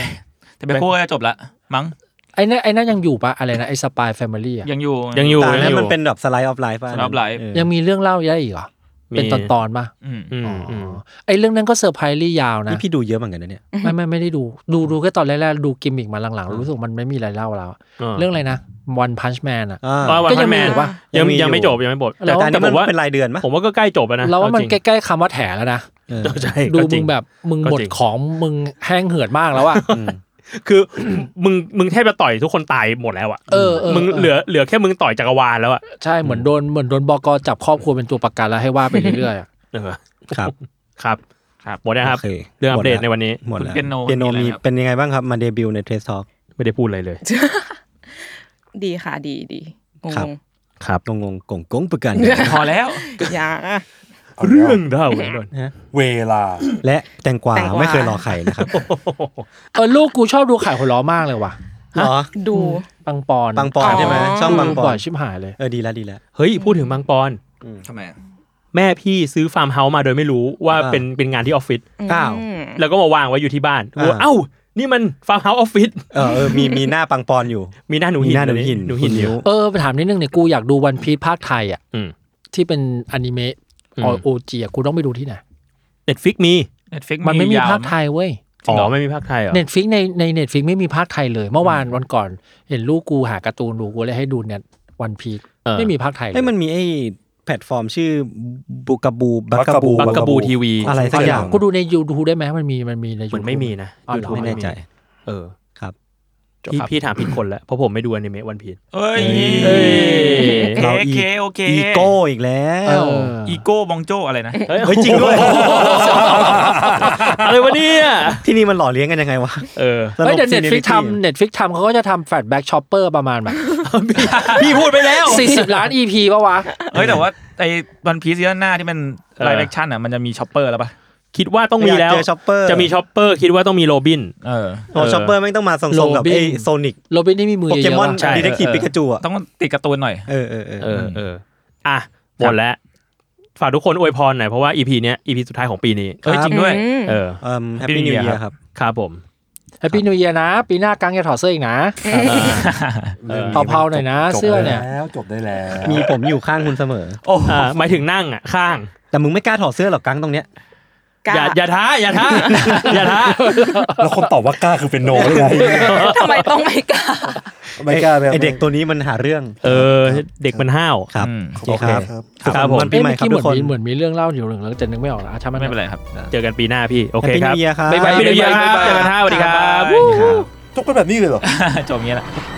[SPEAKER 7] แต่แบ็คโคเวอร์จะจบละมั้ง
[SPEAKER 4] ไอ้นั่นไอ้นั่นยังอยู่ปะอะไรนะไอ้สปายแฟมิลี่อะ
[SPEAKER 7] ยังอยู่
[SPEAKER 3] ยังอยู่
[SPEAKER 2] ตอนนั้
[SPEAKER 3] ยั
[SPEAKER 2] น
[SPEAKER 3] งอยู่
[SPEAKER 2] มันเป็นแบบ slide of life ป่ะ
[SPEAKER 7] slide of life
[SPEAKER 4] ยังมีเรื่องเล่าได้อีกเหรอเป็นตอนตอนๆปะ
[SPEAKER 7] อืม
[SPEAKER 3] อืม
[SPEAKER 4] อ๋ออ
[SPEAKER 3] อืม
[SPEAKER 4] ไอ้เรื่องนั้นก็เซอร์ไพรส์ลี่ยาวนะ
[SPEAKER 2] นี่พี่ดูเยอะเหมือนกันนะเนี่ย
[SPEAKER 4] ไม่ไม่ไม่ได้ดู ดูดูแค่ตอนแรกๆดูกิมมิกมาหลังๆ รู้สึกมันไม่มีอะไรเล่าแล้ว เรื่องอะไรนะ One Punch Man อ่ะ
[SPEAKER 2] อ่า
[SPEAKER 3] อ่าวัน
[SPEAKER 4] ก็
[SPEAKER 3] พั
[SPEAKER 4] ยั
[SPEAKER 3] น
[SPEAKER 4] ง
[SPEAKER 3] แม
[SPEAKER 4] มี
[SPEAKER 3] น
[SPEAKER 4] อยู่ปะ
[SPEAKER 3] ยัง
[SPEAKER 2] ยังมีอยู่
[SPEAKER 3] ยังไม่จบยังไม่หมด
[SPEAKER 2] แต่
[SPEAKER 3] แต่
[SPEAKER 2] ตอน
[SPEAKER 3] แต่
[SPEAKER 2] นี้
[SPEAKER 3] ผ
[SPEAKER 2] มัน
[SPEAKER 3] มว่า
[SPEAKER 2] เป็นรายเดือนปะ
[SPEAKER 3] ผมว่าก็ใกล้จบแล้วนะ
[SPEAKER 4] เราว่ามั
[SPEAKER 3] อ
[SPEAKER 4] น
[SPEAKER 3] จง
[SPEAKER 4] ใกล้ๆคำว่าแถแล้วนะ
[SPEAKER 2] เออ
[SPEAKER 3] ใช่
[SPEAKER 4] ดู
[SPEAKER 3] ก็จ
[SPEAKER 4] มึ
[SPEAKER 3] ริ
[SPEAKER 4] งแบบมึง
[SPEAKER 3] ก็
[SPEAKER 4] หมด
[SPEAKER 3] จริง
[SPEAKER 4] ของมึงแห้งเหือดมากแล้ว
[SPEAKER 3] [laughs]
[SPEAKER 4] อ่ะ
[SPEAKER 3] คือ [coughs] มึงมึงแทบจะต่อยทุกคนตายหมดแล้วอ่ะ
[SPEAKER 4] เออเออ
[SPEAKER 3] มึง
[SPEAKER 4] เออ
[SPEAKER 3] เหลือเหลือแค่มึงต่อยจักรวาลแล้วอ่ะ
[SPEAKER 4] ใช่เหมือน
[SPEAKER 3] [laughs]
[SPEAKER 4] โดนเหมือนโดนบกจับครอบครัวเป็นตัวประกันแล้วให้ว่าไปเรื่อยๆอะ
[SPEAKER 3] เออ
[SPEAKER 2] ครับ
[SPEAKER 3] ครับ
[SPEAKER 7] ครับ
[SPEAKER 3] หมดนะครับ
[SPEAKER 2] โอเค
[SPEAKER 3] เรื่องอัปเดต
[SPEAKER 2] หมดละ
[SPEAKER 3] ในวันนี้
[SPEAKER 2] หมดแล้ว
[SPEAKER 7] เปียโน
[SPEAKER 2] เปียโน
[SPEAKER 7] มี
[SPEAKER 2] มี
[SPEAKER 7] อะไรครับ
[SPEAKER 2] เป็นยังไงบ้างครับมาเดบิวต์ในเทสท็อก
[SPEAKER 3] ไม่ได้พูดอะไรเลย
[SPEAKER 6] ดีค่ะดีดีง
[SPEAKER 2] ครับ
[SPEAKER 6] ง
[SPEAKER 3] ครับ
[SPEAKER 2] งงๆกงกงประกัน
[SPEAKER 7] พอแล้ว
[SPEAKER 6] ๆอย่า
[SPEAKER 3] เรื่องดาวดน
[SPEAKER 5] เวลา
[SPEAKER 2] และแตงกวา
[SPEAKER 6] แตงกวา
[SPEAKER 2] ไม่เคยรอใครนะครับ
[SPEAKER 4] เออลูกกูชอบดูข่าวหัวล้อมากเลยว่ะ
[SPEAKER 2] หรอ
[SPEAKER 6] ดู
[SPEAKER 4] ปังปอน
[SPEAKER 2] ปังปอนใช่ไหม
[SPEAKER 6] อ๋อ
[SPEAKER 2] ช่องปังปอน
[SPEAKER 4] ชิบหายเลย
[SPEAKER 2] เออดีแล้วดีแล้ว
[SPEAKER 3] เฮ้ยพูดถึงบางปอน
[SPEAKER 7] ทำไม
[SPEAKER 3] แม่พี่ซื้อฟาร์มเฮาส์มาโดยไม่รู้ว่า
[SPEAKER 2] อ่า
[SPEAKER 3] เป็นเป็นงานที่ออฟฟิศ
[SPEAKER 2] อ้าว
[SPEAKER 6] อืม
[SPEAKER 3] แล้วก็มาวางไว้อยู่ที่บ้าน
[SPEAKER 2] อ่า
[SPEAKER 3] ว่าเอ้า นี่มันฟาร์มเฮาส์ออฟฟิศ
[SPEAKER 2] เออเออมีมีหน้าปังปอนอยู่
[SPEAKER 3] มีหน้าหนู
[SPEAKER 2] มี
[SPEAKER 3] หิน
[SPEAKER 2] หน้าหนู
[SPEAKER 3] เลย
[SPEAKER 2] หิน
[SPEAKER 3] หนูหิ
[SPEAKER 2] คุ
[SPEAKER 3] น
[SPEAKER 2] ณ
[SPEAKER 3] อ
[SPEAKER 2] นิ้ว
[SPEAKER 3] ยู่
[SPEAKER 4] เออไปถามนิดนึงเนี่ยกูอยากดูวันพีซภาคไทยอ่ะ
[SPEAKER 3] อืม
[SPEAKER 4] ที่เป็นอนิเมะ
[SPEAKER 3] อืม
[SPEAKER 4] โอจีอ่ะกูต้องไปดูที่ไหน
[SPEAKER 3] เน็ตฟิกมี
[SPEAKER 7] Netflix
[SPEAKER 4] มันไม่มี
[SPEAKER 7] ยว
[SPEAKER 4] ภาคไทยเว้ย
[SPEAKER 3] อ๋อไม่มีภาคไทยเหรอ
[SPEAKER 4] เน็ตฟิกในในเน็ตฟิกไม่มีภาคไทยเลย เมื่อวานวันก่อน เห็นลูกกูหาการ์ตูนดูกูเลยให้ดูเนี่ยวันพีซ
[SPEAKER 3] เออ
[SPEAKER 4] ไม่มีภาคไทยเล
[SPEAKER 2] เอ้ย
[SPEAKER 4] ย
[SPEAKER 2] มันมีไอ้แพลตฟอร์มชื่อบูกาบูบักกาบู
[SPEAKER 3] บักกะบูทีวี
[SPEAKER 2] อะไรสักอย่าง
[SPEAKER 4] กูดูใน YouTube ได้ไหมมันมีมันมีใน
[SPEAKER 3] เหมือนไม่
[SPEAKER 4] YouTube
[SPEAKER 3] มีนะ
[SPEAKER 4] อ๋อเหรอ
[SPEAKER 3] ยูทูบ
[SPEAKER 2] ไม่แน่ใจ
[SPEAKER 3] เออ
[SPEAKER 2] ครับ
[SPEAKER 3] พี่พี่ถามผิดคนแล้วเพราะผมไม่ดูอนิเมะวันพีช
[SPEAKER 7] เอ้ย
[SPEAKER 3] เอ้ย
[SPEAKER 7] โอเคโอเค
[SPEAKER 2] อีโก้อีกแล้
[SPEAKER 4] เอ
[SPEAKER 2] ว
[SPEAKER 4] อ
[SPEAKER 7] อีโก้บองโจอะไรนะ
[SPEAKER 3] เฮ้ยจริงด้วยอะไรวะเนี่ย
[SPEAKER 2] ที่นี่มันหล่อเลี้ยงกันยังไงวะ
[SPEAKER 3] เออ
[SPEAKER 2] สรุป
[SPEAKER 4] เฮ้ยเดี๋ยว
[SPEAKER 2] seniority
[SPEAKER 4] เน็ตฟิกทำเน็ตฟิกทำเขาก็จะทำแฟลชแบ็กช็อปเปอร์ประมาณแบบ
[SPEAKER 3] พี่พูดไปแล้ว
[SPEAKER 4] สี่สิบล้าน EP ปะวะ
[SPEAKER 7] เฮ้ยแต่ว่าไอ้วันพีซซีซั่นหน้าที่มัน
[SPEAKER 3] เออ
[SPEAKER 7] ไลฟ์แอคชั่นอ่ะมันจะมีช็อปเปอร์แล้วป่ะ
[SPEAKER 3] คิดว่าต้องมีแล้
[SPEAKER 2] ยาก
[SPEAKER 3] ว
[SPEAKER 2] เจอช็อปเปอร์
[SPEAKER 3] จะมีช็อปเปอร์คิดว่าต้องมีโรบิน
[SPEAKER 7] เออ
[SPEAKER 2] โอ้ช็อปเปอร์แม่งต้องมาส่งๆกับ
[SPEAKER 4] โรบิน
[SPEAKER 2] ไอ้โซนิก
[SPEAKER 4] โรบินนี่มีมือ
[SPEAKER 2] โป
[SPEAKER 4] เย
[SPEAKER 2] เกมอ
[SPEAKER 4] อะ
[SPEAKER 2] น
[SPEAKER 3] ใช่
[SPEAKER 2] ดีเทคทีฟ
[SPEAKER 7] เออ
[SPEAKER 2] ปิกาจูอ่ะ
[SPEAKER 7] ต้องติดการ์ตูนหน่อย
[SPEAKER 2] เออเออเออ
[SPEAKER 3] เออเอออ่ะหมดแล้ว ฝากทุกคนอวยพรหน่อยเพราะว่าอีพีเนี้ยอีพีสุดท้ายของปีนี้
[SPEAKER 7] เฮ้ยจริงด้วย
[SPEAKER 6] อืม
[SPEAKER 3] เออ
[SPEAKER 2] เอ่อแฮปปี้นิว
[SPEAKER 3] New
[SPEAKER 2] เยีย
[SPEAKER 3] Year
[SPEAKER 2] ครับ
[SPEAKER 3] ครับผม
[SPEAKER 4] แฮปปี้นิวเยียนะ ปีหน้ากังอย่าถอดเสื้ออีกนะ
[SPEAKER 3] เออ
[SPEAKER 4] เผาๆหน่อยนะเสื้อเนี่ย
[SPEAKER 5] จบได้แล้ว
[SPEAKER 2] มีผมอยู่ข้างคุณเสมอ
[SPEAKER 3] โอ้โหอ่าหมายถึงนั่งอ่ะข้าง
[SPEAKER 2] แต่มึงไม่กล้าถอดเสื้อหรอกกังตรงเนี้ย
[SPEAKER 6] กล้า
[SPEAKER 3] อย่าอย่าท้า อย่าท้า อย่าท้า
[SPEAKER 5] แล้วคนตอบว่ากล้าคือ [laughs] เป็นโนหรือไง
[SPEAKER 6] ทำไมต้องไม่กล้า
[SPEAKER 5] ไม่กล้า
[SPEAKER 2] ไอเด็กตัวนี้มันหาเรื่อง
[SPEAKER 3] เออ เด็กมันห้าว
[SPEAKER 2] ครับ
[SPEAKER 7] อืม
[SPEAKER 2] โอเคครับ
[SPEAKER 5] ครับ
[SPEAKER 3] ครับผม
[SPEAKER 2] วันปี
[SPEAKER 4] เอ้ย
[SPEAKER 2] ใหม่
[SPEAKER 4] เมื่อ
[SPEAKER 2] ครับ
[SPEAKER 4] กี้
[SPEAKER 2] ทุ
[SPEAKER 4] เหมือก น
[SPEAKER 2] คน
[SPEAKER 4] มีเหมือนมีเรื่องเล่าอยู่หนึ่งแล้วแต่นึกไม่ออกแล้วอ่ะช่างมัน
[SPEAKER 7] ไม่เป็นไรครับ
[SPEAKER 3] เจอกันปีหน้น้าพี่ โอ
[SPEAKER 2] แฮป
[SPEAKER 3] เค
[SPEAKER 2] ปี้
[SPEAKER 3] ค
[SPEAKER 2] นิ
[SPEAKER 3] รับ
[SPEAKER 2] วเยียครับ
[SPEAKER 3] ปีหน้าเจอกันครับสวัสดีครับ
[SPEAKER 5] จบกันแบบนี้เลยเหรอ
[SPEAKER 3] [laughs]
[SPEAKER 7] จบอย่างเงี้ยแหละ
[SPEAKER 2] ค